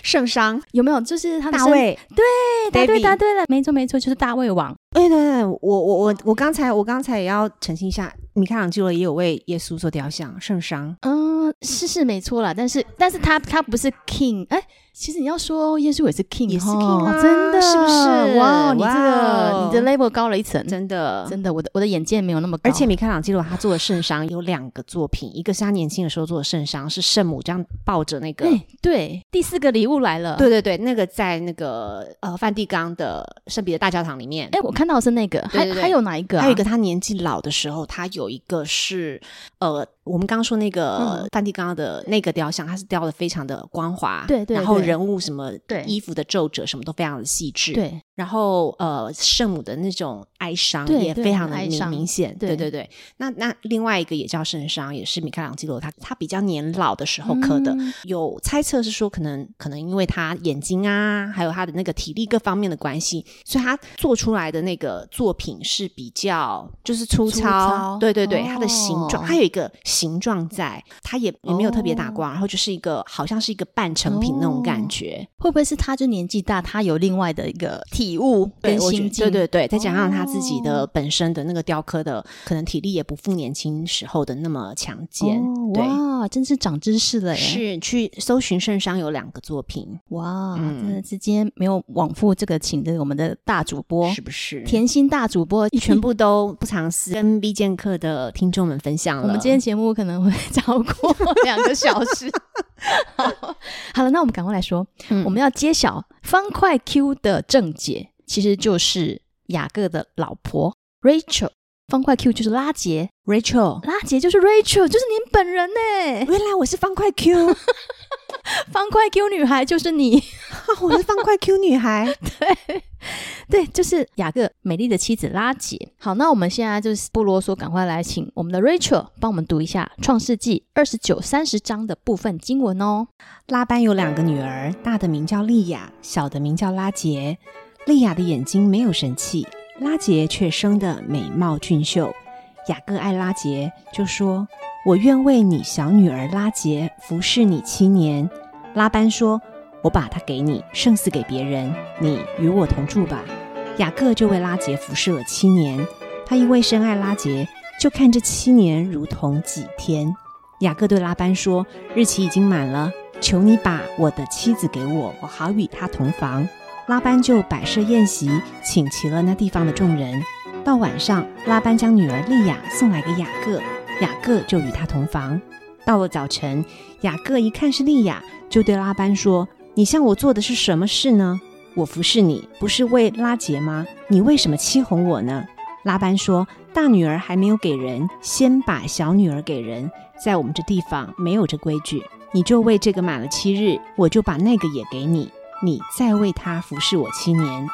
[SPEAKER 2] 圣殇，
[SPEAKER 1] 有没有？就是他的
[SPEAKER 2] 大
[SPEAKER 1] 身，
[SPEAKER 2] 卫，
[SPEAKER 1] 对，答对
[SPEAKER 2] David
[SPEAKER 1] 答对了，没错没错，就是大胃王。
[SPEAKER 2] 哎，对对，我我我我刚才我刚才也要澄清一下，米开朗基罗也有为耶稣做雕像，圣殇。
[SPEAKER 1] 嗯，嗯，是是没错啦，但是但是他他不是 king，哎、其实你要说耶稣也是 king，
[SPEAKER 2] 也是
[SPEAKER 1] 吼
[SPEAKER 2] king 啊
[SPEAKER 1] 真的
[SPEAKER 2] 是不是
[SPEAKER 1] 哇，你这
[SPEAKER 2] 哇哦
[SPEAKER 1] 个你的 label 高了一层，
[SPEAKER 2] 嗯真的。
[SPEAKER 1] 真的，我的我的眼界没有那么高，
[SPEAKER 2] 而且米开朗基罗他做的圣殇有两个作品，一个是他年轻的时候做的圣殇，是圣母这样抱着那个呃
[SPEAKER 1] 哎、对，第四个礼物来了，
[SPEAKER 2] 对对对，那个在那个呃梵蒂冈的圣彼得大教堂里面。
[SPEAKER 1] 哎、我看到的是那个，还
[SPEAKER 2] 对对对
[SPEAKER 1] 还有哪一个、啊？
[SPEAKER 2] 还有一个，他年纪老的时候，他有一个是，呃，我们刚刚说那个
[SPEAKER 1] 嗯
[SPEAKER 2] 梵蒂冈的那个雕像，它是雕的非常的光滑，
[SPEAKER 1] 对对
[SPEAKER 2] 然后
[SPEAKER 1] 对
[SPEAKER 2] 人物什么
[SPEAKER 1] 对
[SPEAKER 2] 衣服的皱褶什么都非常的细致，，
[SPEAKER 1] 对，
[SPEAKER 2] 然后呃，圣母的那种哀伤
[SPEAKER 1] 对
[SPEAKER 2] 也
[SPEAKER 1] 对
[SPEAKER 2] 非常的
[SPEAKER 1] 哀
[SPEAKER 2] 明
[SPEAKER 1] 伤
[SPEAKER 2] 明显，对
[SPEAKER 1] 对
[SPEAKER 2] 对对。那那另外一个也叫圣殇，也是米开朗基罗他他比较年老的时候刻的，
[SPEAKER 1] 嗯
[SPEAKER 2] 有猜测是说可能可能因为他眼睛啊，还有他的那个体力各方面的关系，所以他做出来的那个作品是比较就是粗糙，
[SPEAKER 1] 粗糙
[SPEAKER 2] 对对对，
[SPEAKER 1] 哦
[SPEAKER 2] 它的形状它有一个形状在，它也也没有特别打光，然后就是一个好像是一个半成品那种感觉。
[SPEAKER 1] 会不会是他就年纪大，他有另外的一个体悟
[SPEAKER 2] 对
[SPEAKER 1] 跟
[SPEAKER 2] 我觉
[SPEAKER 1] 心哦
[SPEAKER 2] 得
[SPEAKER 1] 境？
[SPEAKER 2] 对对对，再加上他自己的本身的那个雕刻的，可能体力也不复年轻时候的那么强健。
[SPEAKER 1] 哦
[SPEAKER 2] 对，
[SPEAKER 1] 哇，真是长知识了耶！
[SPEAKER 2] 是去搜寻圣殇有两个作品，
[SPEAKER 1] 哇，
[SPEAKER 2] 嗯
[SPEAKER 1] 真的是今天没有往复这个，请的我们的大主播
[SPEAKER 2] 是不是？
[SPEAKER 1] 甜心大主播，
[SPEAKER 2] 全部都不藏私，跟 B 剑客的听众们分享了。
[SPEAKER 1] 我们今天节目可能会 超过两个小 时。好好了，那我们赶快来说，
[SPEAKER 2] 嗯
[SPEAKER 1] 我们要揭晓方块 Q 的正解，其实就是雅各的老婆 Rachel。方块 Q 就是拉杰，
[SPEAKER 2] Rachel，
[SPEAKER 1] 拉杰就是 Rachel，就是您本人 呢。
[SPEAKER 2] 原来我是方块 Q，
[SPEAKER 1] 方块 Q 女孩就是你，
[SPEAKER 2] 我是方块 Q 女孩。
[SPEAKER 1] 对，就是雅各美丽的妻子拉杰。好，那我们现在就是不啰嗦，赶快来请我们的 Rachel 帮我们读一下《创世纪》二十九、三十章的部分经文哦。
[SPEAKER 2] 拉班有两个女儿，大的名叫利亚，小的名叫拉杰。利亚的眼睛没有神气，拉杰却生得美貌俊秀。雅各爱拉杰，就说：“我愿为你小女儿拉杰服侍你七年。”拉班说：“我把她给你，胜似给别人，你与我同住吧。”雅各就为拉杰服侍了七年。他因为深爱拉杰，就看这七年如同几天。雅各对拉班说：“日期已经满了，求你把我的妻子给我，我好与她同房。”拉班就摆设宴席，请齐了那地方的众人。到晚上，拉班将女儿利亚送来给雅各，雅各就与她同房。到了早晨，雅各一看是利亚，就对拉班说：“你向我做的是什么事呢？我服侍你不是为拉杰吗？你为什么欺哄我呢？”拉班说：“大女儿还没有给人，先把小女儿给人。在我们这地方没有这规矩，你就为这个满了七日，我就把那个也给你，你再为他服侍我七年。”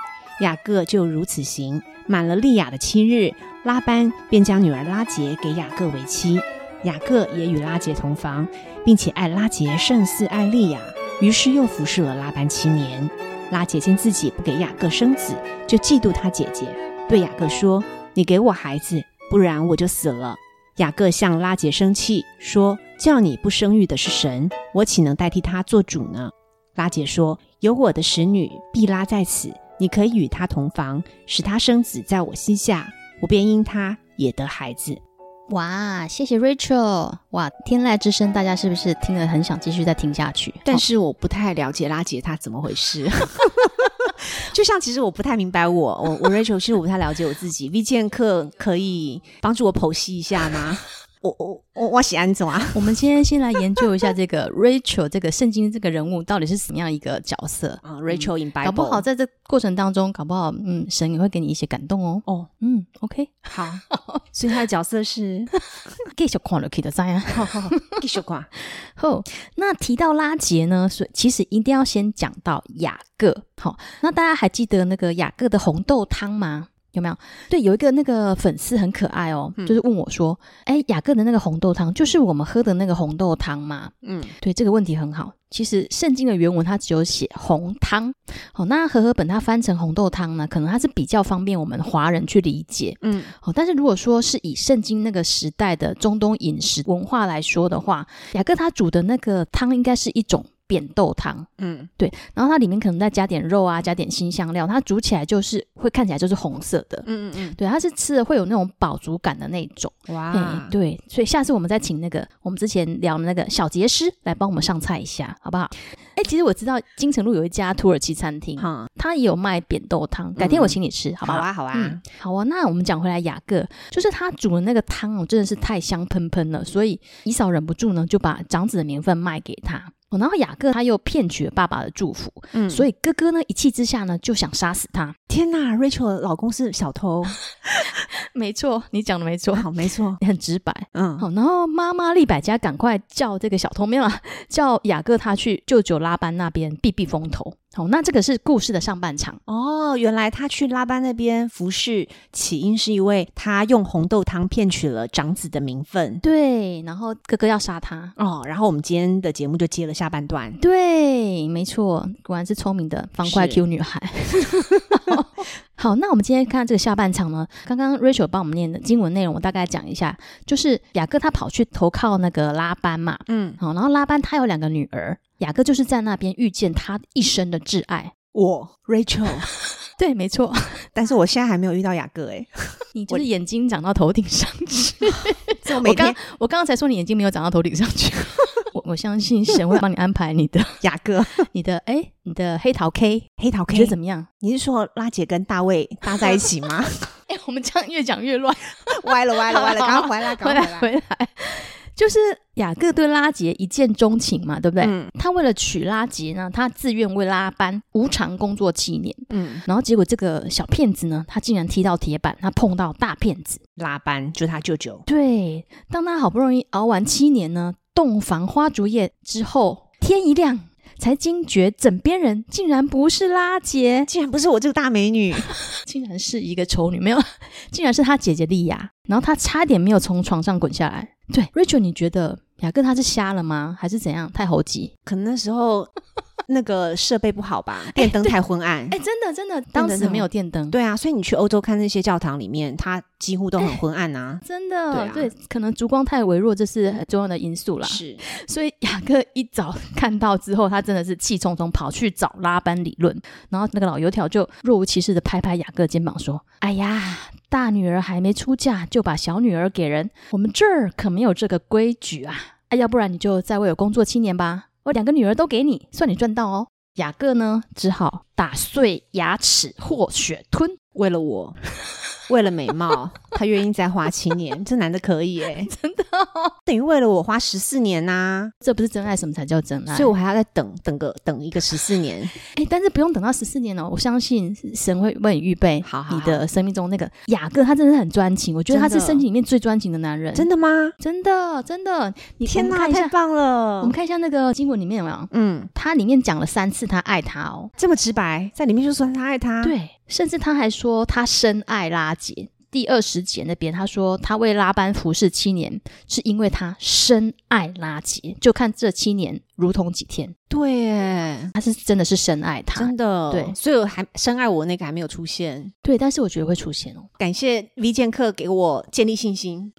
[SPEAKER 2] 雅各就如此行，满了利亚的七日，拉班便将女儿拉杰给雅各为妻。雅各也与拉杰同房，并且爱拉杰胜似爱利亚，于是又服侍了拉班七年。拉杰见自己不给雅各生子，就嫉妒他姐姐，对雅各说：“你给我孩子，不然我就死了。”雅各向拉杰生气，说：“叫你不生育的是神，我岂能代替他做主呢？”拉杰说：“有我的使女毕拉在此，你可以与她同房，使她生子在我膝下，我便因她也得孩子。”
[SPEAKER 1] 哇，谢谢 Rachel！哇，天籁之声，大家是不是听了很想继续再听下去？
[SPEAKER 2] 但
[SPEAKER 1] 哦
[SPEAKER 2] 是我不太了解拉杰他怎么回事。 就像其实我不太明白我我我 Rachel，其实我不太了解我自己。V 剑客可以帮助我剖析一下吗？我我我我喜安总啊，
[SPEAKER 1] 我们今天先来研究一下这个 Rachel 这个圣经这个人物到底是什么样一个角色。
[SPEAKER 2] 啊 Rachel in Bible，
[SPEAKER 1] 搞不好在这过程当中，搞不好嗯，神也会给你一些感动哦。
[SPEAKER 2] 哦
[SPEAKER 1] 嗯，OK，
[SPEAKER 2] 好， 所以他的角色 是
[SPEAKER 1] 继续看落去的知啊。
[SPEAKER 2] 好好好继续挂
[SPEAKER 1] 后，那提到拉杰呢，所以其实一定要先讲到雅各。好、那大家还记得那个雅各的红豆汤吗？有没有？对，有一个那个粉丝很可爱哦，就是问我说：“哎，雅各的那个红豆汤，就是我们喝的那个红豆汤吗？”
[SPEAKER 2] 嗯
[SPEAKER 1] 对这个问题很好。其实圣经的原文它只有写红汤，好、那和合本它翻成红豆汤呢，可能它是比较方便我们华人去理解。
[SPEAKER 2] 嗯
[SPEAKER 1] 哦，但是如果说是以圣经那个时代的中东饮食文化来说的话，雅各他煮的那个汤应该是一种。扁豆汤，
[SPEAKER 2] 嗯，
[SPEAKER 1] 然后它里面可能再加点肉啊，加点新香料，它煮起来就是会看起来就是红色的。
[SPEAKER 2] 嗯嗯
[SPEAKER 1] 对，它是吃了会有那种饱足感的那种。
[SPEAKER 2] 嗯，
[SPEAKER 1] 哎、
[SPEAKER 2] 哇，
[SPEAKER 1] 对，所以下次我们再请那个我们之前聊的那个小杰师来帮我们上菜一下，好不好？哎，其实我知道金城路有一家土耳其餐厅，
[SPEAKER 2] 好，
[SPEAKER 1] 它也有卖扁豆汤，改天我请你吃，好不
[SPEAKER 2] 好
[SPEAKER 1] 好？
[SPEAKER 2] 啊，好啊
[SPEAKER 1] 嗯，，好啊。那我们讲回来，雅各就是他煮的那个汤哦，真的是太香喷喷了，所以姨嫂忍不住呢，就把长子的名分卖给他。哦然后雅各他又骗取了爸爸的祝福，
[SPEAKER 2] 嗯
[SPEAKER 1] 所以哥哥呢一气之下呢就想杀死他。
[SPEAKER 2] 天呐，Rachel 的老公是小偷，
[SPEAKER 1] 没错，你讲的没错，
[SPEAKER 2] 好，没错，
[SPEAKER 1] 很直白。
[SPEAKER 2] 嗯，
[SPEAKER 1] 好，然后妈妈利百加赶快叫这个小偷，没有啊，叫雅各他去舅舅拉班那边避避风头。好，那这个是故事的上半场。
[SPEAKER 2] 哦，原来他去拉班那边服侍，起因是因为他用红豆汤骗取了长子的名分。
[SPEAKER 1] 对，然后哥哥要杀他。
[SPEAKER 2] 哦，然后我们今天的节目就接了下半段，
[SPEAKER 1] 对，没错，果然是聪明的方块
[SPEAKER 2] 是
[SPEAKER 1] Q 女孩。 好，那我们今天看这个下半场呢，刚刚 Rachel 帮我们念的经文内容，我大概讲一下，就是雅各他跑去投靠那个拉班嘛，
[SPEAKER 2] 嗯，
[SPEAKER 1] 好，然后拉班他有两个女儿，雅各就是在那边遇见他一生的挚爱。
[SPEAKER 2] 我 Rachel，
[SPEAKER 1] 对，没错，
[SPEAKER 2] 但是我现在还没有遇到雅各哎、
[SPEAKER 1] 你就是眼睛长到头顶上去。
[SPEAKER 2] 这我
[SPEAKER 1] 我
[SPEAKER 2] 每
[SPEAKER 1] 刚
[SPEAKER 2] 天
[SPEAKER 1] 我刚刚才说你眼睛没有长到头顶上去， 我我相信神会帮你安排你的
[SPEAKER 2] 雅各
[SPEAKER 1] 你的哎、你的黑桃 K，
[SPEAKER 2] 黑桃
[SPEAKER 1] 你觉
[SPEAKER 2] K，
[SPEAKER 1] 得怎么样？
[SPEAKER 2] 你是说拉姐跟大卫搭在一起吗？
[SPEAKER 1] 哎、我们这样越讲越乱，
[SPEAKER 2] 歪了歪 了歪了，赶快回来，
[SPEAKER 1] 回
[SPEAKER 2] 赶快
[SPEAKER 1] 来
[SPEAKER 2] 回来。
[SPEAKER 1] 回来，就是雅各对拉杰一见钟情嘛，对不对？
[SPEAKER 2] 嗯
[SPEAKER 1] 他为了娶拉杰呢，他自愿为拉班无偿工作七年，
[SPEAKER 2] 嗯，
[SPEAKER 1] 然后结果这个小骗子呢，他竟然踢到铁板，他碰到大骗子，
[SPEAKER 2] 拉班就是他舅舅，
[SPEAKER 1] 对，当他好不容易熬完七年呢，洞房花烛夜之后，天一亮才惊觉枕边人竟然不是拉杰，
[SPEAKER 2] 竟然不是我这个大美女，
[SPEAKER 1] 竟然是一个丑女，没有， 竟然是他姐姐莉亚。然后他差点没有从床上滚下来。对，Rachel，你觉得雅各他是瞎了吗？还是怎样？太猴急？
[SPEAKER 2] 可能那时候 那个设备不好吧，电灯太昏暗。
[SPEAKER 1] 哎，真的真的，当时没有电灯。
[SPEAKER 2] 对啊，所以你去欧洲看那些教堂里面，它几乎都很昏暗啊。
[SPEAKER 1] 真的，
[SPEAKER 2] 对啊
[SPEAKER 1] 可能烛光太微弱，这是很重要的因素啦。
[SPEAKER 2] 是，
[SPEAKER 1] 所以雅各一早看到之后，他真的是气冲冲跑去找拉班理论，然后那个老油条就若无其事的拍拍雅各肩膀说：“哎呀，大女儿还没出嫁就把小女儿给人，我们这儿可没有这个规矩啊！哎，要不然你就再为我工作七年吧，我两个女儿都给你，算你赚到哦。”雅各呢，只好打碎牙齿或血吞。
[SPEAKER 2] 为了 我，为了美貌，他愿意再花七 年，这男的可以哎、
[SPEAKER 1] 真的、
[SPEAKER 2] 等于为了我花十四年呐、
[SPEAKER 1] 这不是真爱，什么才叫真爱？
[SPEAKER 2] 所以我还要再等等个等一个十四年。
[SPEAKER 1] 哎，但是不用等到十四年哦，我相信神会为你预备
[SPEAKER 2] 好好好
[SPEAKER 1] 哎你的生命中那个雅各，他真的是很专情，我觉得他
[SPEAKER 2] 真的
[SPEAKER 1] 是圣经里面最专情的男人，
[SPEAKER 2] 真的吗？
[SPEAKER 1] 真的真的，你
[SPEAKER 2] 天
[SPEAKER 1] 哪，
[SPEAKER 2] 哪，太棒
[SPEAKER 1] 我
[SPEAKER 2] 了
[SPEAKER 1] 们！看一下那个经文里面有没有，
[SPEAKER 2] 嗯，
[SPEAKER 1] 他里面讲了三次他爱他哦，
[SPEAKER 2] 这么直白，在里面就说他爱他。，
[SPEAKER 1] 对，甚至他还说他深爱拉杰。第二十节那边，他说他为拉班服侍七年，是因为他深爱拉杰，就看这七年如同几天，
[SPEAKER 2] 对耶，
[SPEAKER 1] 他是真的是深爱他。
[SPEAKER 2] 真 的。
[SPEAKER 1] 对
[SPEAKER 2] 所以我还深爱我那个还没有出现，
[SPEAKER 1] 对，但是我觉得会出现哦。
[SPEAKER 2] 感谢 V 剑客给我建立信心。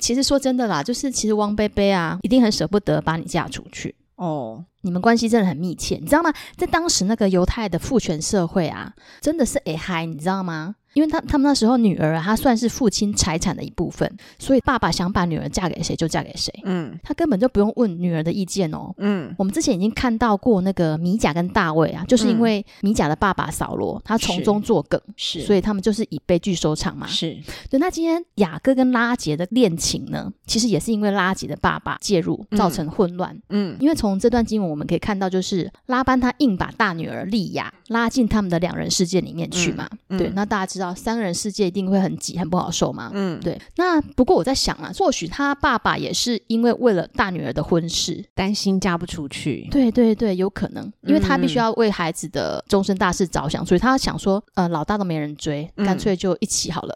[SPEAKER 1] 其实说真的啦，就是其实汪贝贝啊，一定很舍不得把你嫁出去。
[SPEAKER 2] 哦，
[SPEAKER 1] 你们关系真的很密切，你知道吗？在当时那个犹太的父权社会啊，真的是哎嗨，你知道吗？因为他他们那时候女儿啊，她算是父亲财产的一部分，所以爸爸想把女儿嫁给谁就嫁给谁，
[SPEAKER 2] 嗯
[SPEAKER 1] 他根本就不用问女儿的意见哦。
[SPEAKER 2] 嗯，
[SPEAKER 1] 我们之前已经看到过那个米甲跟大卫啊，就是因
[SPEAKER 2] 嗯
[SPEAKER 1] 为米甲的爸爸扫罗，他从
[SPEAKER 2] 是
[SPEAKER 1] 中作梗，
[SPEAKER 2] 是
[SPEAKER 1] 所
[SPEAKER 2] 以
[SPEAKER 1] 以他们就是以悲剧收场嘛。
[SPEAKER 2] 是
[SPEAKER 1] 对，那今天雅各跟拉杰的恋情呢，其实也是因为拉杰的爸爸介入
[SPEAKER 2] 嗯
[SPEAKER 1] 造成混乱。
[SPEAKER 2] 嗯
[SPEAKER 1] 因为从这段经文我们可以看到，就是拉班他硬把大女儿利亚拉进他们的两人世界里面去嘛。
[SPEAKER 2] 嗯
[SPEAKER 1] 对，那大家知道三个人世界一定会很挤，很不好受嘛。
[SPEAKER 2] 嗯，
[SPEAKER 1] 对，那不过我在想啊，或许他爸爸也是因为为了大女儿的婚事，
[SPEAKER 2] 担心嫁不出去。
[SPEAKER 1] 对对对，有可能，因为他必须
[SPEAKER 2] 嗯
[SPEAKER 1] 要为孩子的终身大事着想，所以他想说，呃，老大都没人追，干
[SPEAKER 2] 嗯
[SPEAKER 1] 脆就一起好了。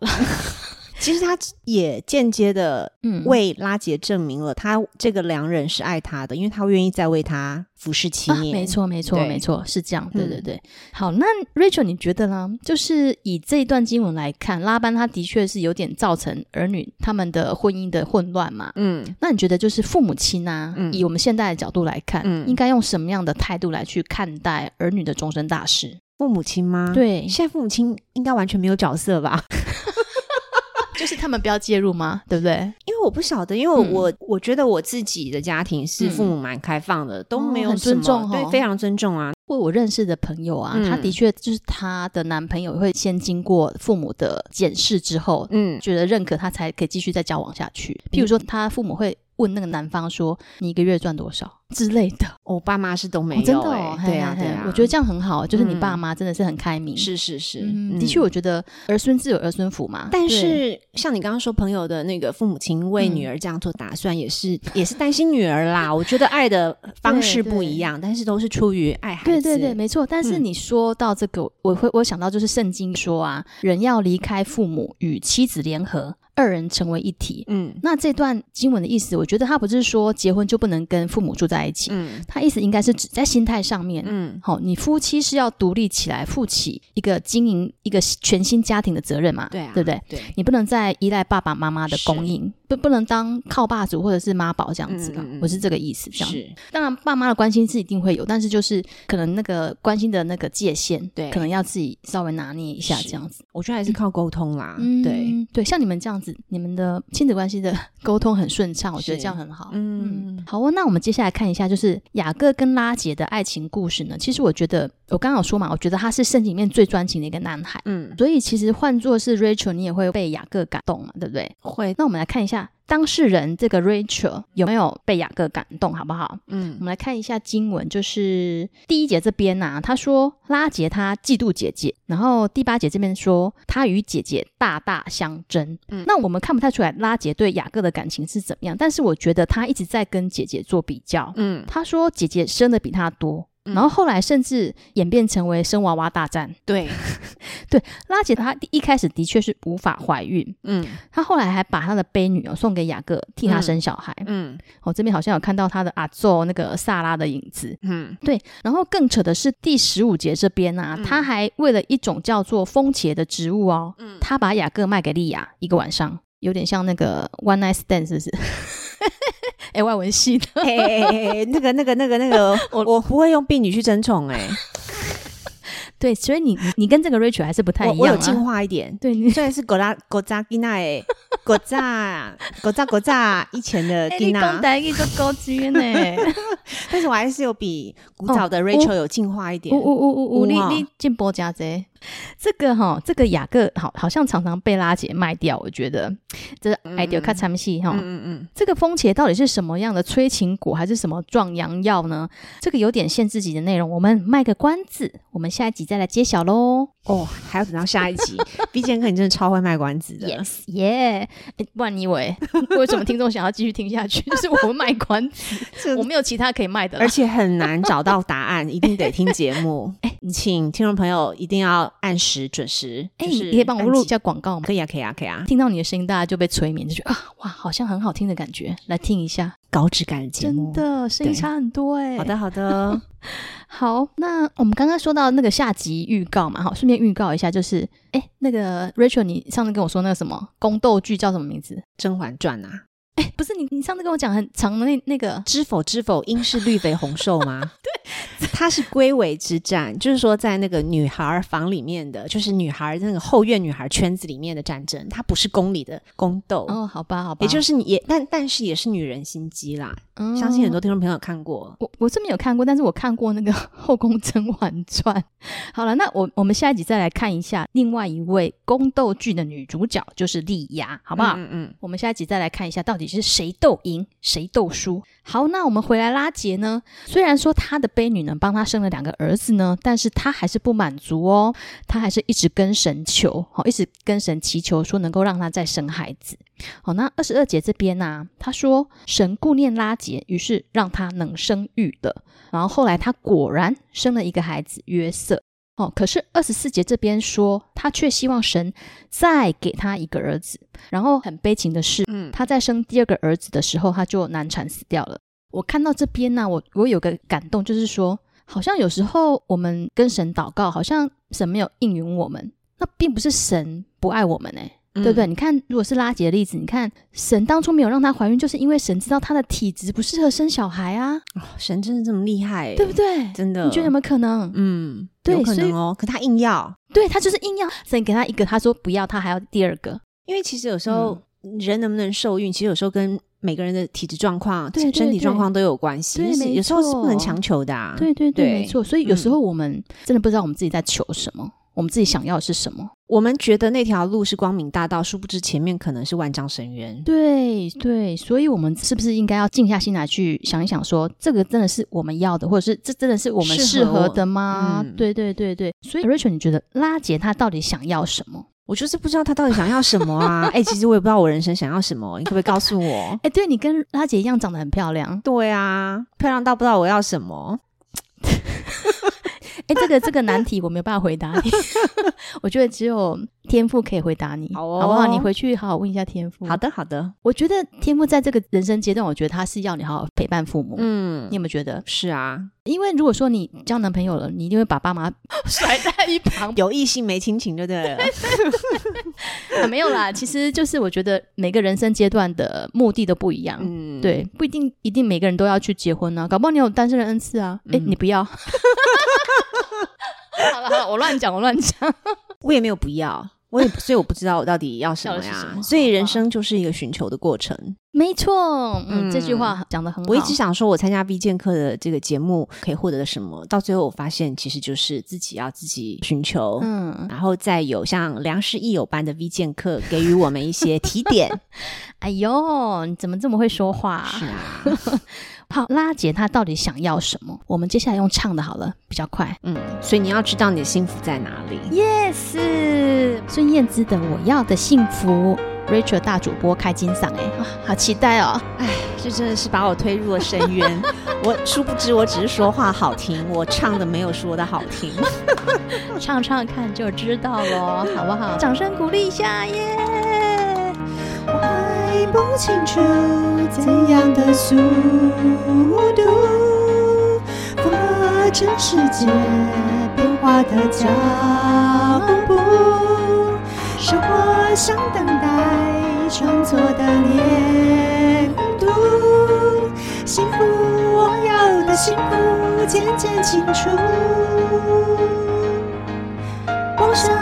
[SPEAKER 2] 其实他也间接的
[SPEAKER 1] 嗯，
[SPEAKER 2] 为拉杰证明了他这个良人是爱他的，因为他愿意再为他服侍七
[SPEAKER 1] 啊，
[SPEAKER 2] 年。
[SPEAKER 1] 没，错，没错，
[SPEAKER 2] 对
[SPEAKER 1] 没错，是这样，对对
[SPEAKER 2] 嗯
[SPEAKER 1] 对。好，那 Rachel，你觉得呢？就是以这一段经文来看，拉班他的确是有点造成儿女他们的婚姻的混乱嘛。
[SPEAKER 2] 嗯
[SPEAKER 1] 那你觉得，就是父母亲啊，
[SPEAKER 2] 嗯
[SPEAKER 1] 以我们现在的角度来看，
[SPEAKER 2] 嗯
[SPEAKER 1] 应该用什么样的态度来去看待儿女的终身大事？
[SPEAKER 2] 父母亲吗？，
[SPEAKER 1] 对，
[SPEAKER 2] 现在父母亲应该完全没有角色吧？
[SPEAKER 1] 就是他们不要介入吗？对不对？
[SPEAKER 2] 因为我不晓得，因为
[SPEAKER 1] 嗯
[SPEAKER 2] 我、我觉得我自己的家庭是
[SPEAKER 1] 嗯
[SPEAKER 2] 父母蛮开放的，都
[SPEAKER 1] 哦
[SPEAKER 2] 没有
[SPEAKER 1] 很
[SPEAKER 2] 什
[SPEAKER 1] 尊
[SPEAKER 2] 么
[SPEAKER 1] 重哦
[SPEAKER 2] 对，非常尊重啊。
[SPEAKER 1] 或我认识的朋友啊，
[SPEAKER 2] 嗯
[SPEAKER 1] 她的确就是她的男朋友会先经过父母的检视之后，
[SPEAKER 2] 嗯，
[SPEAKER 1] 觉得认可，他才可以继续再交往下去。譬如说，他父母会问那个男方说：“你一个月赚多少？”之类的。
[SPEAKER 2] 我爸妈是都没
[SPEAKER 1] 哦
[SPEAKER 2] 有、欸
[SPEAKER 1] 真的哦，嘿
[SPEAKER 2] 对啊，
[SPEAKER 1] 嘿
[SPEAKER 2] 对
[SPEAKER 1] 嘿
[SPEAKER 2] 啊，
[SPEAKER 1] 我觉得这样很好，就是你
[SPEAKER 2] 嗯
[SPEAKER 1] 爸妈真的是很开明。，
[SPEAKER 2] 是是是，
[SPEAKER 1] 嗯，的确，我觉得儿孙自有儿孙福嘛。
[SPEAKER 2] 但
[SPEAKER 1] 对，
[SPEAKER 2] 是像你刚刚说，朋友的那个父母亲为
[SPEAKER 1] 嗯
[SPEAKER 2] 女儿这样做打算，也是、也是担心女儿啦。我觉得爱的方式不一样，但是都是出于爱孩
[SPEAKER 1] 对
[SPEAKER 2] 子。
[SPEAKER 1] 对对，没错。但是
[SPEAKER 2] 嗯
[SPEAKER 1] 你说到这个，我会我想到就是圣经说啊，人要离开父母与妻子联合，二人成为一体。
[SPEAKER 2] 嗯
[SPEAKER 1] 那这段经文的意思，我觉得他不是说结婚就不能跟父母住在一起，
[SPEAKER 2] 嗯
[SPEAKER 1] 他意思应该是指在心态上面，
[SPEAKER 2] 嗯
[SPEAKER 1] 好，你夫妻是要独立起来，负起一个经营一个全新家庭的责任嘛？
[SPEAKER 2] 对啊
[SPEAKER 1] 对不对？
[SPEAKER 2] 对，
[SPEAKER 1] 你不能再依赖爸爸妈妈的
[SPEAKER 2] 是
[SPEAKER 1] 供应，不不能当靠爸主或者是妈宝这样子啊，
[SPEAKER 2] 嗯嗯嗯
[SPEAKER 1] 我是这个意思。这样，
[SPEAKER 2] 是
[SPEAKER 1] 当然爸妈的关心是一定会有，但是就是可能那个关心的那个界限，
[SPEAKER 2] 对
[SPEAKER 1] 可能要自己稍微拿捏一下
[SPEAKER 2] 是
[SPEAKER 1] 这样子。
[SPEAKER 2] 我觉得还是靠沟通啦。
[SPEAKER 1] 嗯，
[SPEAKER 2] 对，
[SPEAKER 1] 对，像你们这样子，你们的亲子关系的 沟通很顺畅，我觉得
[SPEAKER 2] 是
[SPEAKER 1] 这样很好。
[SPEAKER 2] 嗯
[SPEAKER 1] 好哦，那我们接下来看一下，就是雅各跟拉杰的爱情故事呢。其实我觉得，我刚刚有说嘛，我觉得他是圣经里面最专情的一个男孩，
[SPEAKER 2] 嗯，
[SPEAKER 1] 所以其实换作是 Rachel，你也会被雅各感动嘛，对不对？
[SPEAKER 2] 会
[SPEAKER 1] 那我们来看一下当事人这个 Rachel 有没有被雅各感动，好不好？
[SPEAKER 2] 嗯
[SPEAKER 1] 我们来看一下经文，就是第一节这边呐、他说拉杰他嫉妒姐姐，然后第八节这边说他与姐姐大大相争。
[SPEAKER 2] 嗯
[SPEAKER 1] 那我们看不太出来拉杰对雅各的感情是怎么样，但是我觉得他一直在跟姐姐做比较。
[SPEAKER 2] 嗯，
[SPEAKER 1] 他说姐姐生的比他多。
[SPEAKER 2] 嗯
[SPEAKER 1] 然后后来甚至演变成为生娃娃大战。
[SPEAKER 2] 对，
[SPEAKER 1] 拉杰她一开始的确是无法怀孕，
[SPEAKER 2] 嗯
[SPEAKER 1] 她后来还把她的悲女哦送给雅各，替他生小孩。
[SPEAKER 2] 嗯
[SPEAKER 1] 哦，这边好像有看到她的阿宙那个萨拉的影子。
[SPEAKER 2] 嗯
[SPEAKER 1] 对，然后更扯的是第十五节这边啊，
[SPEAKER 2] 嗯
[SPEAKER 1] 他还为了一种叫做番茄的植物哦，
[SPEAKER 2] 嗯，
[SPEAKER 1] 他把雅各卖给利亚一个晚上，有点像那个 one night stand 是不是？ 哎、外文系的，
[SPEAKER 2] 哎哎哎哎，那个那个那个 那个，我我不会用婢女去争宠哎，
[SPEAKER 1] 对，所以你你你跟这个 Rachel 还是不 太
[SPEAKER 2] 我
[SPEAKER 1] 一
[SPEAKER 2] 我有
[SPEAKER 1] 样
[SPEAKER 2] 进
[SPEAKER 1] 啊。
[SPEAKER 2] 化一点，
[SPEAKER 1] 对你，
[SPEAKER 2] 虽然是国拉国扎吉娜诶，国扎国扎国扎以前的
[SPEAKER 1] 哎、
[SPEAKER 2] 吉
[SPEAKER 1] 你
[SPEAKER 2] 娜
[SPEAKER 1] 讲，台语就高级呢。
[SPEAKER 2] 但是我还是有比古
[SPEAKER 1] 哦
[SPEAKER 2] 早的 Rachel 有进化一点
[SPEAKER 1] 呜。呜呜呜
[SPEAKER 2] 有
[SPEAKER 1] 呜，你
[SPEAKER 2] 啊
[SPEAKER 1] 你进波加贼，这个哈、这个雅各好好像常常被拉姐卖掉，我觉得这 idea 看参戏哈。
[SPEAKER 2] 嗯嗯
[SPEAKER 1] 这个番茄到底是什么样的催情果，还是什么壮阳药呢？这个有点限制级的内容，我们卖个关子，我们下一集再来揭晓喽。
[SPEAKER 2] 嗯，哦，还要等到下一集。毕竟哥，你真的超会卖关子的。
[SPEAKER 1] Yes，耶、诶不然你以为为什么听众想要继续听下去？ 就是我们卖关子，
[SPEAKER 2] 这
[SPEAKER 1] 我没有其他可以卖的 了哎
[SPEAKER 2] 而。且很难找到答案，一定得听节 目。请听众朋友一定要按时准时。
[SPEAKER 1] 哎、
[SPEAKER 2] 就是
[SPEAKER 1] 你可以帮我
[SPEAKER 2] 按
[SPEAKER 1] 录一
[SPEAKER 2] 集，
[SPEAKER 1] 下广告吗？
[SPEAKER 2] 可以啊，可以啊，可以啊。
[SPEAKER 1] 听到你的声音，大家就被催眠，就觉得啊，哇，好像很好听的感觉，来听一下。
[SPEAKER 2] 高质感的节目
[SPEAKER 1] 真。的声音
[SPEAKER 2] 对
[SPEAKER 1] 差很多哎、
[SPEAKER 2] 好，的，好的。
[SPEAKER 1] 好，那我们刚刚说到那个下集预告嘛，好，顺便预告一下，就是哎，那个 Rachel，你上次跟我说那个什么宫斗剧叫什么名字？
[SPEAKER 2] 《甄嬛传》啊，
[SPEAKER 1] 哎，不是你，你上次跟我讲很长的那那个，
[SPEAKER 2] 知否知否，应是绿肥红瘦吗？对，它是归为之战，就是说在那个女孩儿房里面的，就是女孩儿那个后院女孩圈子里面的战争，它不是宫里的宫斗，
[SPEAKER 1] 哦，好吧，好吧，
[SPEAKER 2] 也就是你也但但是也是女人心机啦，
[SPEAKER 1] 嗯
[SPEAKER 2] 相信很多听众朋友看过。
[SPEAKER 1] 我我是没有看过，但是我看过那个 《后宫甄嬛传》。好了，那我我们下一集再来看一下另外一位宫斗剧的女主角，就是丽雅，好
[SPEAKER 2] 好
[SPEAKER 1] 不好？
[SPEAKER 2] 嗯嗯，
[SPEAKER 1] 我们下一集再来看一下，到底是谁斗赢，谁斗输。好，那我们回来拉杰呢？虽然说他的悲女呢帮他生了两个儿子呢，但是他还是不满足哦，他还是一直跟神求，好、一直跟神祈求说能够让他再生孩子。好，那二十二节这边呢、他说神顾念拉杰，于是让他能生育了。然后后来他果然生了一个孩子约瑟。哦，可是二十四节这边说，他却希望神再给他一个儿子。然后很悲情的是，
[SPEAKER 3] 嗯，
[SPEAKER 1] 他在生第二个儿子的时候，他就难产死掉了。我看到这边呢、我我有个感动，就是说，好像有时候我们跟神祷告，好像神没有应允我们，那并不是神不爱我们哎、
[SPEAKER 3] 嗯
[SPEAKER 1] 对不对？？你看，如果是拉姐的例子，你看神当初没有让她怀孕，就是因为神知道她的体质不适合生小孩啊，
[SPEAKER 2] 哦神真的这么厉害、
[SPEAKER 1] 对不？对？
[SPEAKER 2] 真的，
[SPEAKER 1] 你觉得有没有可能？
[SPEAKER 3] 嗯，
[SPEAKER 1] 对
[SPEAKER 2] 有可
[SPEAKER 1] 所以
[SPEAKER 2] 能哦？可他硬要，
[SPEAKER 1] 对他就是硬要神给他一个，他说不要，他还要第二个。
[SPEAKER 2] 因为其实有时候、
[SPEAKER 1] 嗯
[SPEAKER 2] 人能不能受孕，其实有时候跟每个人的体质状况、
[SPEAKER 1] 对对
[SPEAKER 2] 身体状
[SPEAKER 1] 对
[SPEAKER 2] 况都有关系，
[SPEAKER 1] 对
[SPEAKER 2] 就是
[SPEAKER 1] 没
[SPEAKER 2] 有时候是不能
[SPEAKER 1] 错
[SPEAKER 2] 强求的、啊。
[SPEAKER 1] 对对对，
[SPEAKER 2] 对
[SPEAKER 1] 没错。所以有时
[SPEAKER 2] 嗯
[SPEAKER 1] 候我们真的不知道我们自己在求什么，我们自己想要的是什么。
[SPEAKER 2] 我们觉得那条路是光明大道，殊不知前面可能是万丈深渊。
[SPEAKER 1] 对对，所以我们是不是应该要静下心来去想一想说，这个真的是我们要的，或者是这真的是我们
[SPEAKER 2] 适
[SPEAKER 1] 适
[SPEAKER 2] 合
[SPEAKER 1] 合
[SPEAKER 2] 我
[SPEAKER 1] 的吗？
[SPEAKER 2] 嗯
[SPEAKER 1] 对对对对。所以 Rachel，你觉得拉姐她到底想要什么？？
[SPEAKER 2] 我就是不知道他到底想要什么啊！ 哎、其实我也不知道我人生想要什么，你可不可以告诉我
[SPEAKER 1] 哎，对你跟拉姐一样长得很漂亮。
[SPEAKER 2] 对啊，漂亮到不知道我要什么。
[SPEAKER 1] 哎，这个这个难题我没有办法回答 你，我觉得只有天赋可以回答你，
[SPEAKER 2] 好哦
[SPEAKER 1] 好不好？你回去好好问一下天赋。
[SPEAKER 2] 好的，好的，
[SPEAKER 1] 我觉得天父在这个人生阶段，我觉得他是要你好好陪伴父母。
[SPEAKER 2] 嗯
[SPEAKER 1] 你，有没有觉得？
[SPEAKER 2] 是啊，
[SPEAKER 1] 因为如果说你交男朋友了，你一定会把爸妈 甩在一 旁。
[SPEAKER 2] 有异性没亲情 就对了。
[SPEAKER 1] 啊没有啦，其实就是我觉得每个人生阶段的目的都不一样。
[SPEAKER 2] 嗯，
[SPEAKER 1] 对，不一定一定每个人都要去结婚啊呢、搞不好你有单身的恩赐啊！哎、
[SPEAKER 2] 嗯
[SPEAKER 1] 你不要。 好了好了，我乱讲，我乱 讲。
[SPEAKER 2] 我也没有不要，我也所以我不知道我到底要什么
[SPEAKER 1] 要的是什
[SPEAKER 2] 呀。
[SPEAKER 1] 么
[SPEAKER 2] 所以人
[SPEAKER 1] 好吧
[SPEAKER 2] 生就是一个寻求的过程。
[SPEAKER 1] 没错，嗯，
[SPEAKER 2] 嗯
[SPEAKER 1] 这句话讲的很好。
[SPEAKER 2] 我一直想说，我参加 B 健课的这个节目可以获得什么，到最后我发现其实就是自己要自己寻求。
[SPEAKER 1] 嗯，
[SPEAKER 2] 然后再有像良师益友般的 V 健课给予我们一些提点，
[SPEAKER 1] 哎呦，你怎么这么会说话、
[SPEAKER 2] 是啊，
[SPEAKER 1] 好，拉姐她到底想要什么？我们接下来用唱的好了，比较快。
[SPEAKER 2] 嗯，所以你要知道你的幸福在哪里。
[SPEAKER 1] Yes，孙燕姿的《我要的幸福》，Rachel 大主播开金嗓哎、啊，好期待哦！
[SPEAKER 2] 这真的是把我推入了深 渊。我殊不知，我只是说话好听，我唱的没有说的好听。
[SPEAKER 1] 唱唱看就知道喽，好不好？掌声鼓励一下耶！
[SPEAKER 2] 我还不清楚怎样的速度，发展世界变化的脚步，是我想等待创作的年度。幸福，我要的幸福渐渐清楚。梦想，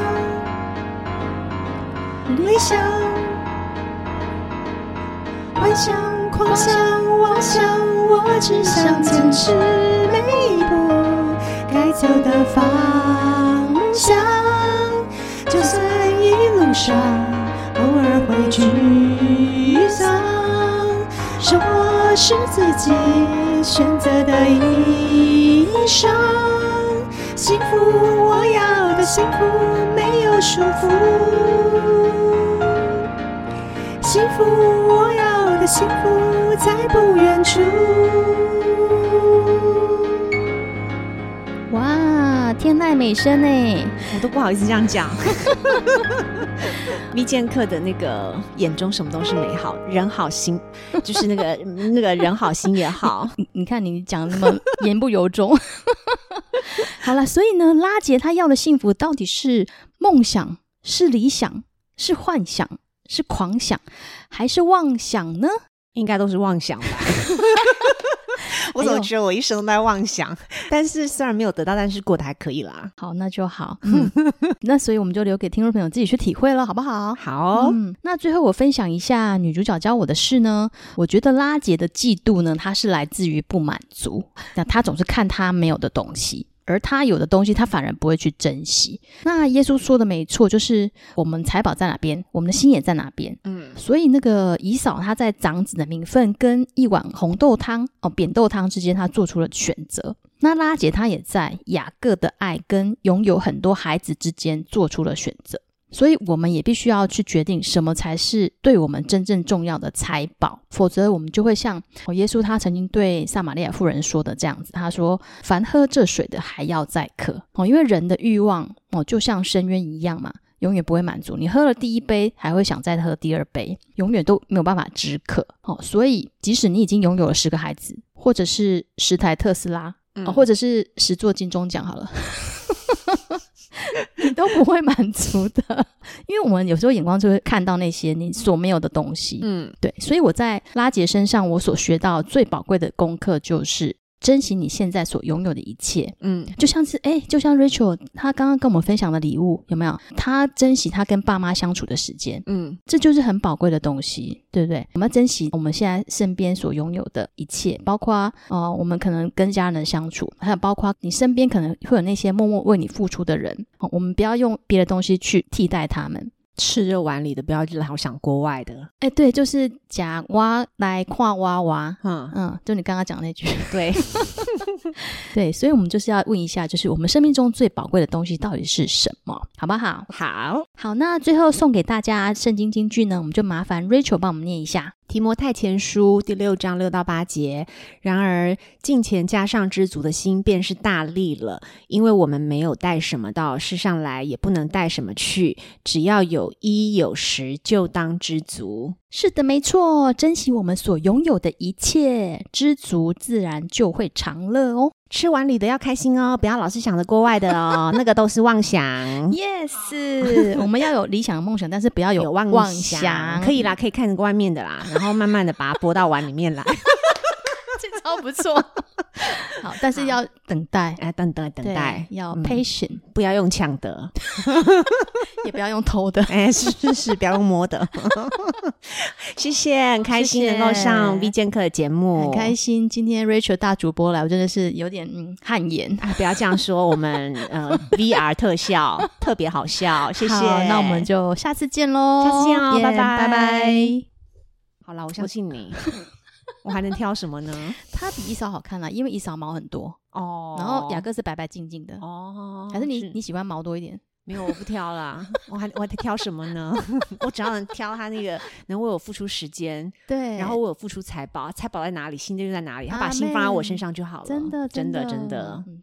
[SPEAKER 2] 理想。幻想、狂想、妄想，我只想坚持每一步该走的方向。就算一路上偶尔会沮丧，生活是自己选择的衣裳。幸福，我要的幸福没有束缚。幸福，我要的幸福在不远处。
[SPEAKER 1] 哇，天籁美声哎，
[SPEAKER 2] 我都不好意思这样讲。密剑客的那个眼中什么都是美好，人好心，就是那个那个人好心也好。
[SPEAKER 1] 你你看你讲得那 么言不由衷。好了，所以呢，拉姐她要的幸福到底是梦想、是理想、是幻想、是狂想，还是妄想呢？
[SPEAKER 2] 应该都是妄想吧。我
[SPEAKER 1] 哎
[SPEAKER 2] 总
[SPEAKER 1] 呦
[SPEAKER 2] 觉得我一生都在妄想，但是虽然没有得到，但是过得还可以啦。
[SPEAKER 1] 好，那就好。嗯， 那所以我们就留给听众朋友自己去体会了，好不好？
[SPEAKER 2] 好，
[SPEAKER 1] 嗯，那最后我分享一下女主角教我的事呢。我觉得拉姐的嫉妒呢，她是来自于不满足，那她总是看她没有的东西。而她有的东西，她反而不会去珍惜。那耶稣说的没错，就是我们财宝在哪边，我们的心也在哪边。
[SPEAKER 2] 嗯，
[SPEAKER 1] 所以那个姨嫂她在长子的名分跟一碗红豆汤哦扁豆汤之间，她做出了选择。那拉姐她也在雅各的爱跟拥有很多孩子之间做出了选择。所以我们也必须要去决定什么才是对我们真正重要的财宝，否则我们就会像哦耶稣他曾经对撒玛利亚妇人说的这样子，他说：“凡喝这水的还要再渴。”哦，因为人的欲望哦就像深渊一样嘛，永远不会满足。你喝了第一杯，还会想再喝第二杯，永远都没有办法止渴。哦，所以即使你已经拥有了十个孩子，或者是十台特斯拉，
[SPEAKER 2] 嗯
[SPEAKER 1] 哦、或者是十座金钟奖好了，你都不会满足的，因为我们有时候眼光就会看到那些你所没有的东西。
[SPEAKER 2] 嗯，
[SPEAKER 1] 对，所以我在拉杰身上，我所学到最宝贵的功课就是珍惜你现在所拥有的一切。
[SPEAKER 2] 嗯，
[SPEAKER 1] 就像是哎、就像 Rachel 她刚刚跟我们分享的礼物，有没有？她珍惜她跟爸妈相处的时间，
[SPEAKER 2] 嗯，
[SPEAKER 1] 这就是很宝贵的东西，对不对？我们要珍惜我们现在身边所拥有的一切，包括呃，我们可能跟家人相处，还有包括你身边可能会有那些默默为你付出的人，哦我们不要用别的东西去替代他们。
[SPEAKER 2] 吃热碗里的，不要老想国外的。
[SPEAKER 1] 哎，对，就是假蛙来跨蛙娃，
[SPEAKER 2] 嗯，
[SPEAKER 1] 嗯，就你刚刚讲那句，
[SPEAKER 2] 对，
[SPEAKER 1] 对，所以我们就是要问一下，就是我们生命中最宝贵的东西到底是什么，好不好？
[SPEAKER 2] 好。
[SPEAKER 1] 好，那最后送给大家圣经金句呢，我们就麻烦 Rachel 帮我们念一下。
[SPEAKER 2] 提摩太前书第六章六到八节。然而，敬钱加上知足的心便是大利了，因为我们没有带什么到世上来，也不能带什么去，只要有衣有食，就当知足。
[SPEAKER 1] 是的，没错，珍惜我们所拥有的一切，知足自然就会长乐哦。
[SPEAKER 2] 吃碗里的要开心哦，不要老是想着国外的哦， 那个都是妄想。
[SPEAKER 1] Yes，我 们要有理想的梦想，但是不要 有
[SPEAKER 2] 妄
[SPEAKER 1] 妄
[SPEAKER 2] 可以啦，可以看外面的啦，然后慢慢的把它拨到碗里面来。
[SPEAKER 1] 这招不错。 好，但是要等待，
[SPEAKER 2] 哎，等等等
[SPEAKER 1] 对
[SPEAKER 2] 待，
[SPEAKER 1] 要
[SPEAKER 2] 嗯
[SPEAKER 1] patient，、
[SPEAKER 2] 不要用抢的，
[SPEAKER 1] 也不要用偷 的。
[SPEAKER 2] 哎，是是是，不要用摸的。 谢谢，很开心能够
[SPEAKER 1] 谢
[SPEAKER 2] 上
[SPEAKER 1] 谢
[SPEAKER 2] V 健客的节目，
[SPEAKER 1] 很开心，今天 Rachel 大主播来，我真的是有点嗯汗颜。
[SPEAKER 2] 啊！不要这样说，我们呃 VR 特效特别好笑，谢谢。
[SPEAKER 1] 好那我们就下次见喽，
[SPEAKER 2] 下次见哦
[SPEAKER 1] Yeah，
[SPEAKER 2] 拜拜
[SPEAKER 1] 拜拜。
[SPEAKER 2] 好了，我相 信你。我还能挑什么呢？
[SPEAKER 1] 它比一嫂好看啦，因为一嫂毛很多，
[SPEAKER 2] 哦，
[SPEAKER 1] 然后雅各是白白净净的，
[SPEAKER 2] 哦，
[SPEAKER 1] 还是你你喜欢毛多一点？
[SPEAKER 2] 没有，我不挑啦。 我还我还挑什么呢？ 我只要能挑他那个能为我付出时间，
[SPEAKER 1] 对，
[SPEAKER 2] 然后我有付出财宝，财宝在哪里，心就在哪里，他把
[SPEAKER 1] 阿
[SPEAKER 2] 心放在我
[SPEAKER 1] 妹
[SPEAKER 2] 身上就好了。
[SPEAKER 1] 真的
[SPEAKER 2] 真
[SPEAKER 1] 的
[SPEAKER 2] 真的。
[SPEAKER 1] 嗯